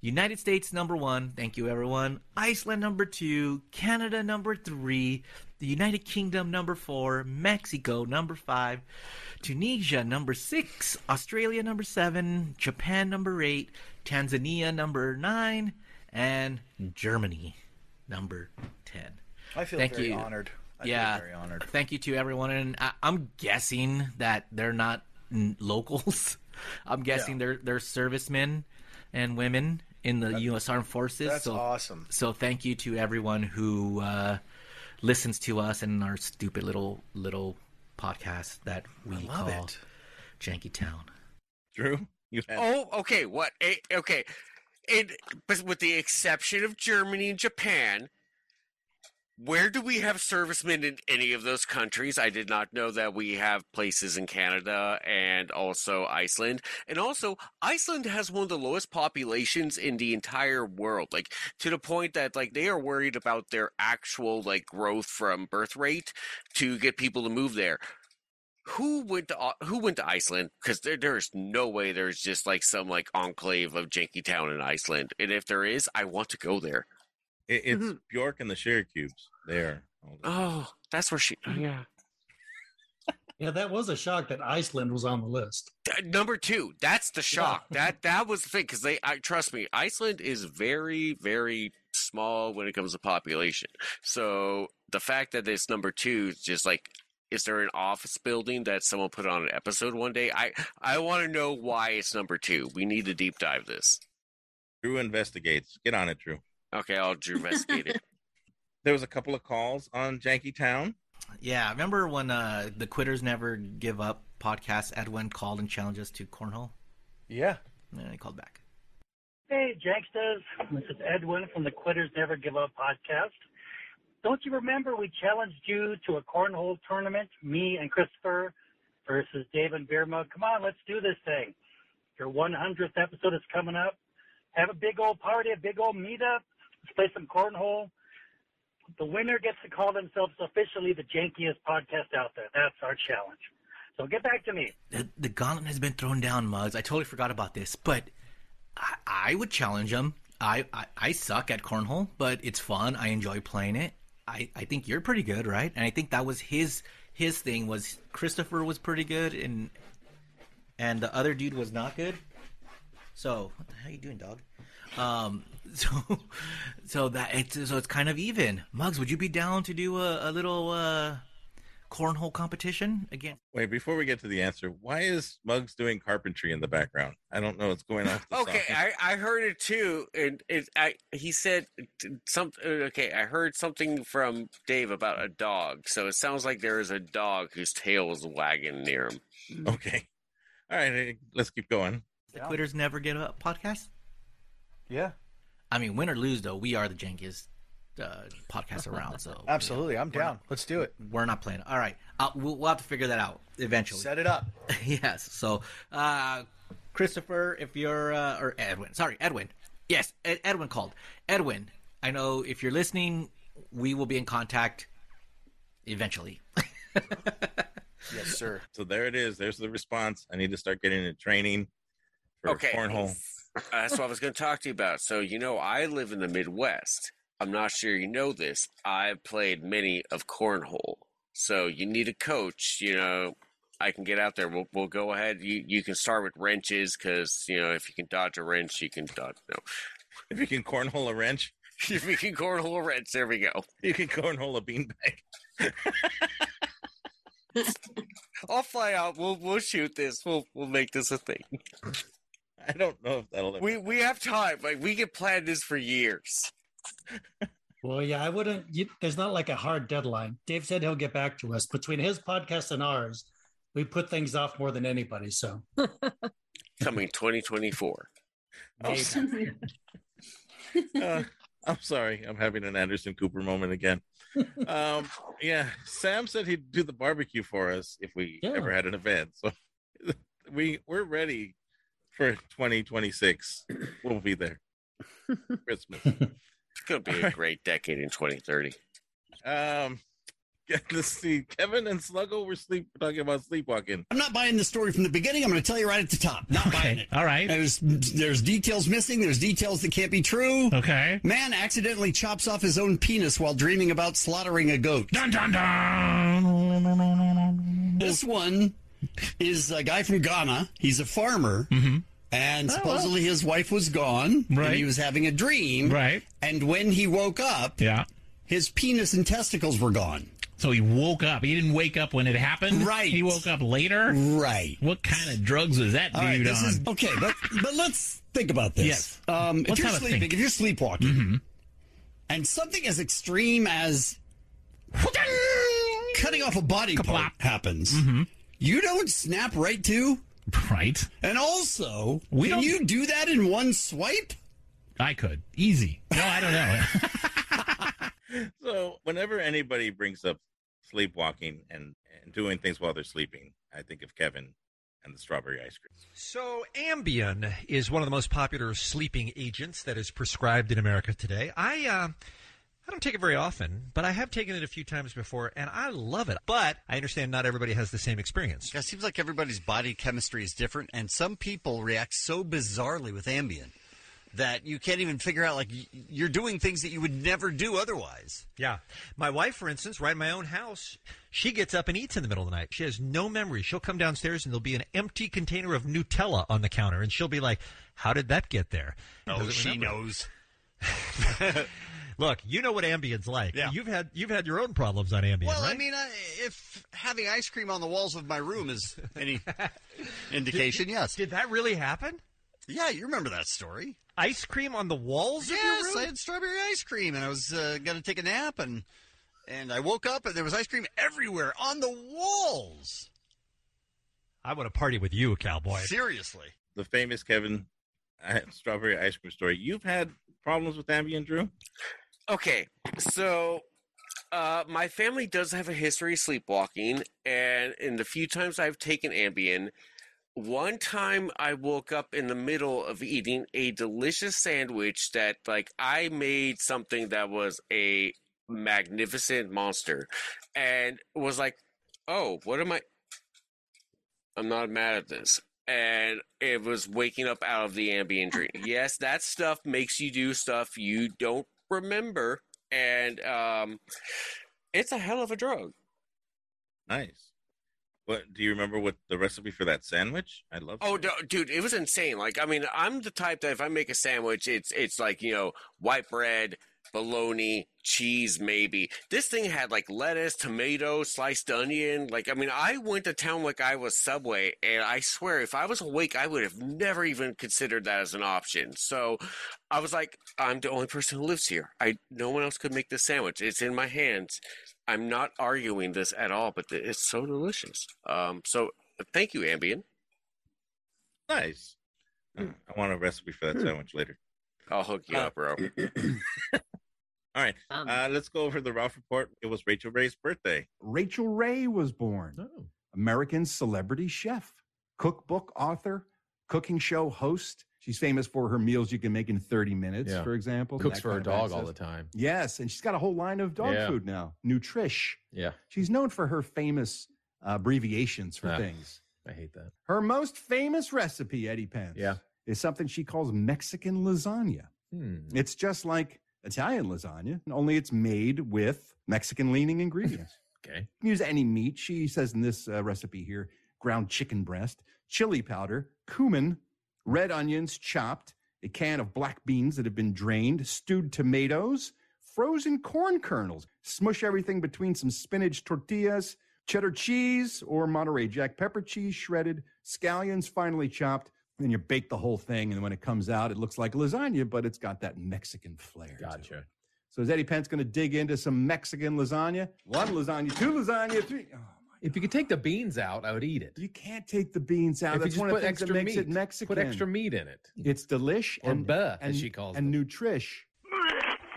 United States number one. Thank you, everyone. Iceland number two. Canada number three. The United Kingdom number four. Mexico number five. Tunisia number six. Australia number seven. Japan number eight. Tanzania number nine. And Germany number 10.
I feel
Thank
very
you.
honored. I feel
yeah.
very honored.
Thank you to everyone. And I, I'm guessing that they're not n- locals. I'm guessing they're they're servicemen and women in the U.S. Armed Forces.
that's
so,
awesome.
So thank you to everyone who uh, listens to us and our stupid little little podcast that we
love
call Janky Town.
Drew, you
Oh, okay. What? eh, okay. It, but with the exception of Germany and Japan, where do we have servicemen in any of those countries? I did not know that we have places in Canada and also Iceland. And also, Iceland has one of the lowest populations in the entire world, like to the point that like they are worried about their actual like growth from birth rate to get people to move there who went to Au- who went to Iceland? Because there there is no way there's just like some like enclave of janky town in Iceland. And if there is, I want to go there.
It, it's Bjork and the Syracuse. There.
Oh, that's where she. Yeah.
Yeah, that was a shock that Iceland was on the list.
Th- Number two, that's the shock. That that was the thing because they I, trust me. Iceland is very very small when it comes to population. So the fact that it's number two is just like, is there an office building that someone put on an episode one day? I I want to know why it's number two. We need to deep dive this.
Drew investigates. Get on it, Drew.
Okay, I'll Drew investigate it.
There was a couple of calls on Janky Town.
Yeah, remember when uh, the Quitters Never Give Up podcast Edwin called and challenged us to cornhole?
Yeah.
And he called back.
Hey, Janksters. This is Edwin from the Quitters Never Give Up podcast. Don't you remember we challenged you to a cornhole tournament, me and Christopher versus Dave and Beer Mug? Come on, let's do this thing. Your 100th episode is coming up. Have a big old party, a big old meetup. Let's play some cornhole. The winner gets to call themselves officially the jankiest podcast out there. That's our challenge. So get back to me.
The, the gauntlet has been thrown down, Mugs. I totally forgot about this, but I, I would challenge him. I, I, I suck at cornhole, but it's fun. I enjoy playing it. I, I think you're pretty good, right? And I think that was his his thing was Christopher was pretty good and and the other dude was not good. So what the hell you doing, dog? Um, so, so that it's so it's kind of even. Muggs, would you be down to do a, a little uh, cornhole competition again?
Wait, before we get to the answer, why is Muggs doing carpentry in the background? I don't know what's going on. with
Okay, I, I heard it too, and it, I he said some. Okay, I heard something from Dave about a dog, so it sounds like there is a dog whose tail is wagging near him.
Mm.
the- Okay. All right, let's keep going.
The Quitters Never Get Up podcast?
Yeah.
I mean, win or lose, though, we are the jankiest uh, podcast around. So
Absolutely, I'm down. Let's do it.
We're not playing. All right, uh, we'll, we'll have to figure that out eventually.
Set it up.
yes. So, uh, Christopher, if you're uh, or Edwin, sorry, Edwin. Yes, Ed- Edwin called. Edwin, I know if you're listening, we will be in contact eventually.
Yes, sir.
So there it is. There's the response. I need to start getting into training for
Okay.
cornhole.
Uh, that's what I was going to talk to you about. So, you know, I live in the Midwest. I'm not sure you know this. I've played many of cornhole. So, you need a coach. You know, I can get out there. We'll, we'll go ahead. You, you can start with wrenches because, you know, if you can dodge a wrench, you can dodge. No.
If you can cornhole a wrench,
if you can cornhole a wrench, there we go.
You can cornhole a beanbag.
I'll fly out. We'll we'll shoot this. We'll we'll make this a thing.
I don't know if that'll.
We we have time. Like we can plan this for years.
Well, yeah, I wouldn't. You, there's not like a hard deadline. Dave said he'll get back to us between his podcast and ours. We put things off more than anybody. So
Coming 2024.
Uh, I'm sorry. I'm having an Anderson Cooper moment again. Um, yeah, Sam said he'd do the barbecue for us if we
Yeah.
ever had an event. So we we're ready for 2026. We'll be there. Christmas.
It's gonna be a great decade in 2030.
Um, yeah, let's see. Kevin and Sluggo were sleep talking about sleepwalking.
I'm not buying the story from the beginning. I'm going to tell you right at the top. Not buying it.
All right.
There's there's details missing. There's details that can't be true.
Okay.
Man accidentally chops off his own penis while dreaming about slaughtering a goat. Dun dun dun. This one is a guy from Ghana. He's a farmer. Mm-hmm. And supposedly his wife was gone.
Oh, Right.
And he was having a dream. Right. And when he woke up, yeah. his penis and testicles were gone.
So he woke up. He didn't wake up when it happened. Right. He woke up later.
Right.
What kind of drugs was that dude
All right, this
on?
is- okay, but, but let's think about this.
Yes.
Um, if
Let's
you're
have a
sleeping,
think. Mm-hmm.
if you're sleepwalking, and something as extreme as cutting off a body part happens, you don't snap right to.
Mm-hmm. Right.
And also,
We
can
don't-
you do that in one swipe?
I could. Easy. No, I don't know.
So whenever anybody brings up sleepwalking and, and doing things while they're sleeping, I think of Kevin and the strawberry ice cream.
So Ambien is one of the most popular sleeping agents that is prescribed in America today. I uh, I don't take it very often, but I have taken it a few times before, and I love it. But I understand not everybody has the same experience.
It
seems like everybody's body chemistry is different, and some people react so bizarrely with Ambien that you can't even figure out. Like y- you're doing things that you would never do otherwise.
Yeah. My wife, for instance, right in my own house, she gets up and eats in the middle of the night. She has no memory. She'll come downstairs and there'll be an empty container of Nutella on the counter, and she'll be like, How did that get there?
Oh,
Doesn't
she
remember.
knows.
Look, you know what Ambien's like.
Yeah.
You've had you've had your own problems on Ambien.
Well,
right?
I mean, I, if having ice cream on the walls of my room is any indication, yes.
Did that really happen?
Yeah, you remember that story.
Ice cream on the walls
yes,
of your
I
room?
had strawberry ice cream, and I was uh, going to take a nap, and and I woke up, and there was ice cream everywhere on the walls.
I want to party with you, cowboy.
Seriously.
The famous Kevin uh, strawberry ice cream story. You've had problems with Ambien, Drew?
Okay, so uh, my family does have a history of sleepwalking, and in the few times I've taken Ambien, one time I woke up in the middle of eating a delicious sandwich that, like, I made something that was a magnificent monster, and was like, "Oh, what am I? I'm not mad at this." And it was waking up out of the ambient dream. yes, that stuff makes you do stuff you don't remember, and um, it's a hell of a drug.
Nice. What do you remember? What the recipe for that sandwich? I love.
Oh, d- dude, it was insane. Like, I mean, I'm the type that if I make a sandwich, it's it's like you know white bread, bologna, cheese, maybe. This thing had like lettuce, tomato, sliced onion. Like, I mean, I went to town like I was Subway, and I swear, if I was awake, I would have never even considered that as an option. So, I was like, I'm the only person who lives here. I no one else could make this sandwich. It's in my hands. I'm not arguing this at all, but th- it's so delicious. Um, so thank you, Ambien.
Nice. I want a recipe for that sandwich later. Uh,
I'll hook you up, bro.
All right, uh, let's go over the Ralph report. It was Rachel Ray's birthday.
Rachel Ray was born.
Oh.
American celebrity chef, cookbook author, cooking show host. She's famous for her meals you can make in 30 minutes,
Yeah.
for example.
Cooks
that
for her
kind of
dog all
access.
the time.
Yes, and she's got a whole line of dog
Yeah.
food now. Nutrish.
Yeah.
She's known for her famous uh, abbreviations for
Ah,
things.
I hate that.
Her most famous recipe, Eddie Pence, yeah. is something she calls Mexican lasagna.
Hmm. Mm.
It's just like Italian lasagna, only it's made with Mexican leaning ingredients.
Okay.
You can use any meat. She says in this uh, recipe here ground chicken breast, chili powder, cumin, red onions chopped, a can of black beans that have been drained, stewed tomatoes, frozen corn kernels. Smush everything between some spinach tortillas, cheddar cheese or Monterey Jack pepper cheese shredded, scallions finely chopped. And you bake the whole thing, and when it comes out, it looks like lasagna, but it's got that Mexican flair. Gotcha. So is Eddie Pence going to dig into some Mexican lasagna? One lasagna, two lasagna, three. oh
If you could take the beans out, I would eat it.
You can't take the beans
If
out.
you
That's
just
one of
put
the things that
extra
makes
meat,
it Mexican.
put extra meat in it.
It's delish
Or
and
buh, as
and,
she calls
and nutrish.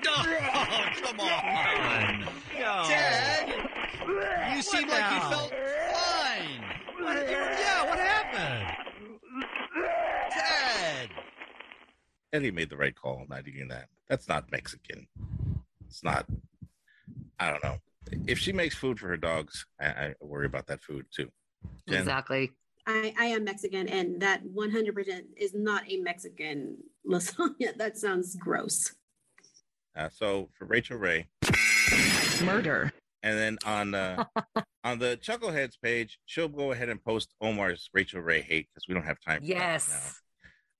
Oh, come on. Ted, you seem like you felt fine. What, yeah, what happened? Ted.
Eddie made the right call not eating that. That's not Mexican. It's not. I don't know. If she makes food for her dogs, I, I worry about that food too. Jen?
Exactly.
I, I am Mexican, and that 100% is not a Mexican lasagna. That sounds gross.
Uh, so for Rachel Ray,
murder.
And then on uh, on the Chuckleheads page, she'll go ahead and post Omar's Rachel Ray hate because we don't have time. For That now,
Yes.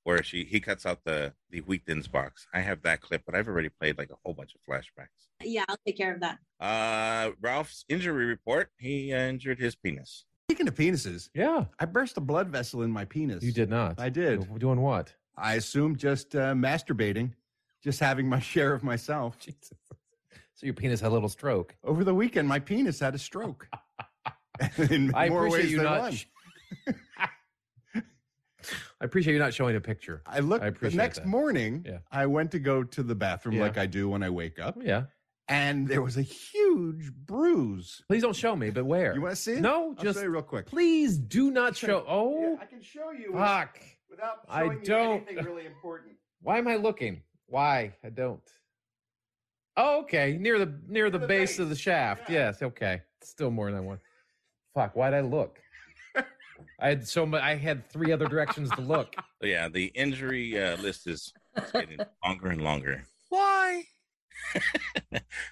where she he cuts out the the Wheatins box. I have that clip, but I've already played like a whole bunch of flashbacks.
Yeah, I'll take care of that.
Uh, Ralph's injury report. He uh, injured his penis.
Speaking of penises,
yeah,
I burst a blood vessel in my penis. You
did not.
I did.
Doing what?
I assume just uh, masturbating, just having my share of myself.
Jesus. So your penis had a little stroke
over the weekend. My penis had a stroke. in
I
more
appreciate
ways
you
than
not
one.
sh- I appreciate you not showing a picture.
I looked
I
the
appreciate
next
that.
morning.
Yeah.
I went to go to the bathroom
Yeah.
like I do when I wake up.
Yeah.
And there was a huge bruise.
Please don't show me, but where?
You want to see it?
No,
I'll
just
show you real quick.
Please do not show. Oh,
I can show you.
Fuck.
Without
I showing you don't- anything
really important.
why am I looking? Why I don't? Oh, okay, near the near the, base, of the shaft. Yes, okay. Still more than I want. Fuck. Why'd I look? I had so much. I had three other directions to look.
So, yeah, the injury uh, list is is getting longer and longer.
Why?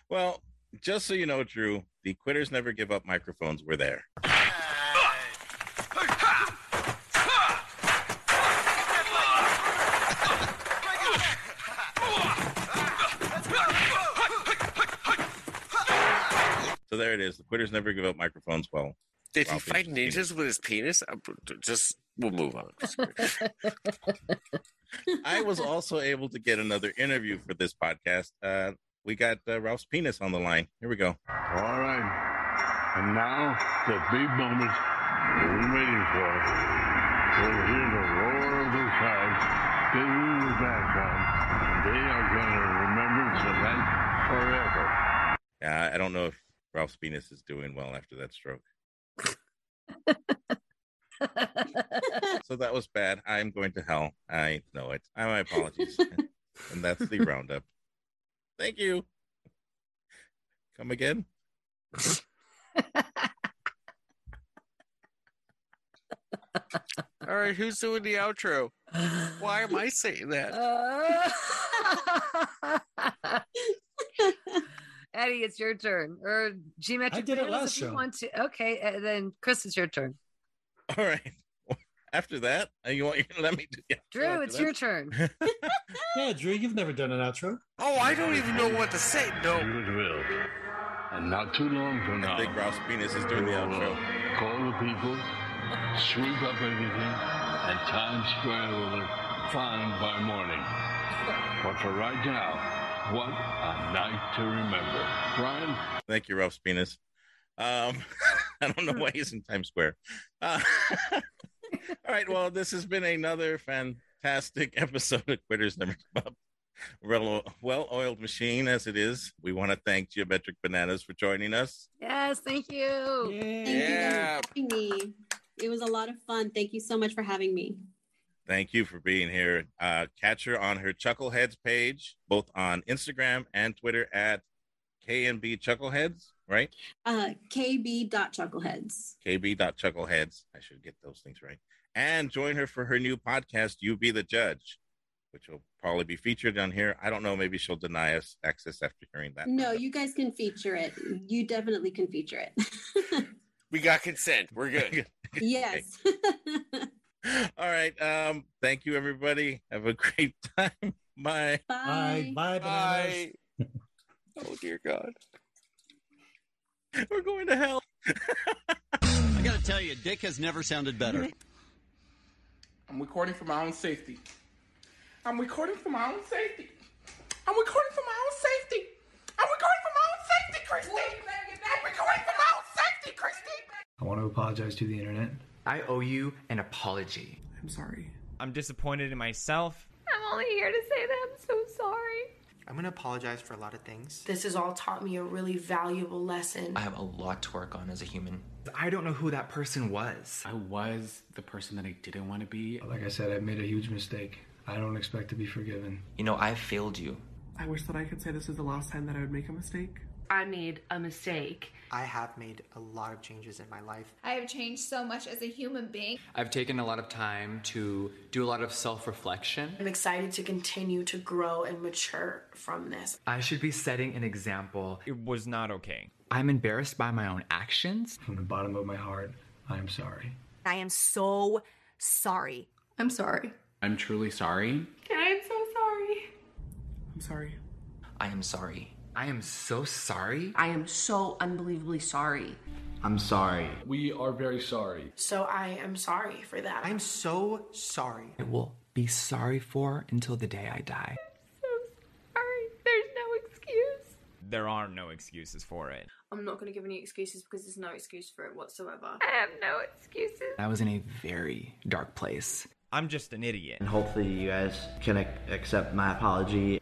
Well, just so you know, Drew, the Quitters Never Give Up microphones were there. So there it is. The Quitters Never Give Up microphones. Well,
Did he
Ralph
fight
injured his
ninjas with his penis? Uh, Just we'll move on.
penis. I was also able to get another interview for this podcast. Uh, we got uh, Ralph's penis on the line. Here we go.
All right. And now the big moment we've been waiting for. We'll hear the roar of the crowd. They will be back on. And they are going to remember the night forever.
Uh, I don't know if Ralph's penis is doing well after that stroke. so that was bad. I'm going to hell. I know it. I my apologies. and that's the roundup. Thank you. Come again.
All right, who's doing the outro? Why am I
Uh,
saying that?
Uh,
Heidi, it's your turn. Or geometric.
I did it
Riddles,
last
if you
show.
Want to? Okay, uh, then Chris, it's your turn.
All right. After that, uh, you want you gonna let me do yeah,
Drew,
after
it's
that.
your turn.
Yeah, Drew, you've never done an outro.
Oh, I don't even know what
to say. No.
And not too long from now. I think
Ralph Venus is doing the outro.
Call the people, sweep up everything, and Times Square will look fine by morning. But for right now, what a night to remember. Brian,
Thank you, Ralph Spinas. Um, I don't know why he's in Times Square. Uh, all right. Well, this has been another fantastic episode of Quitters Never Give Up. Well oiled machine as it is. We want to thank Geometric Bananas for joining us.
Yes, thank you.
Yeah.
Thank you guys for having me. It was a lot of fun. Thank you so much for having me.
Thank you for being here. Uh, catch her on her Chuckleheads page, both on Instagram and Twitter at KNB Chuckleheads, right?
Uh, KB.chuckleheads.
KB.chuckleheads. I should get those things right. And join her for her new podcast, You Be the Judge, which will probably be featured on here. I don't know. Maybe she'll deny us access after hearing that.
No, you guys can feature it. You definitely can feature it.
We got consent. We're good.
yes.
All right. Um, thank you, everybody. Have a great time. Bye.
Bye.
Bye.
Bye.
Oh dear God.
We're going to hell.
I gotta tell you, Dick has never sounded better.
I'm recording for my own safety. I'm recording for my own safety. I'm recording for my own safety. I'm recording for my own safety, Christy. I'm recording for my own safety, Christy.
I want to apologize to the internet.
I owe you an apology. I'm sorry. I'm disappointed in myself.
I'm only here to say that I'm so sorry.
I'm gonna apologize for a lot of things.
This has all taught me a really valuable lesson.
I have a lot to work on as a human. I don't know who that person was. I was the person that I didn't want to be.
Like I said, I've made a huge mistake. I don't expect to be forgiven.
You know, I failed you.
I wish that I could say this is the last time that I would make a mistake.
I made a mistake.
I have made a lot of changes in my life.
I have changed so much as a human being.
I've taken a lot of time to do a lot of self reflection.
I'm excited to continue to grow and mature from this.
I should be setting an example. It was not okay. I'm embarrassed by my own actions.
From the bottom of my heart, I am sorry.
I am so sorry. I'm sorry.
I'm truly sorry.
I'm so sorry.
I'm sorry.
I am sorry. I am so sorry.
I am so unbelievably sorry.
I'm sorry.
We are very sorry. So I am sorry for that. I'm so sorry.
I will be sorry for until the day I die.
Sorry. There's no excuse.
There are no excuses for it.
I'm not going to give any excuses because there's no excuse for it whatsoever. I have no excuses.
I was in a very dark place. I'm just an idiot.
And hopefully, you guys can ac- accept my apology.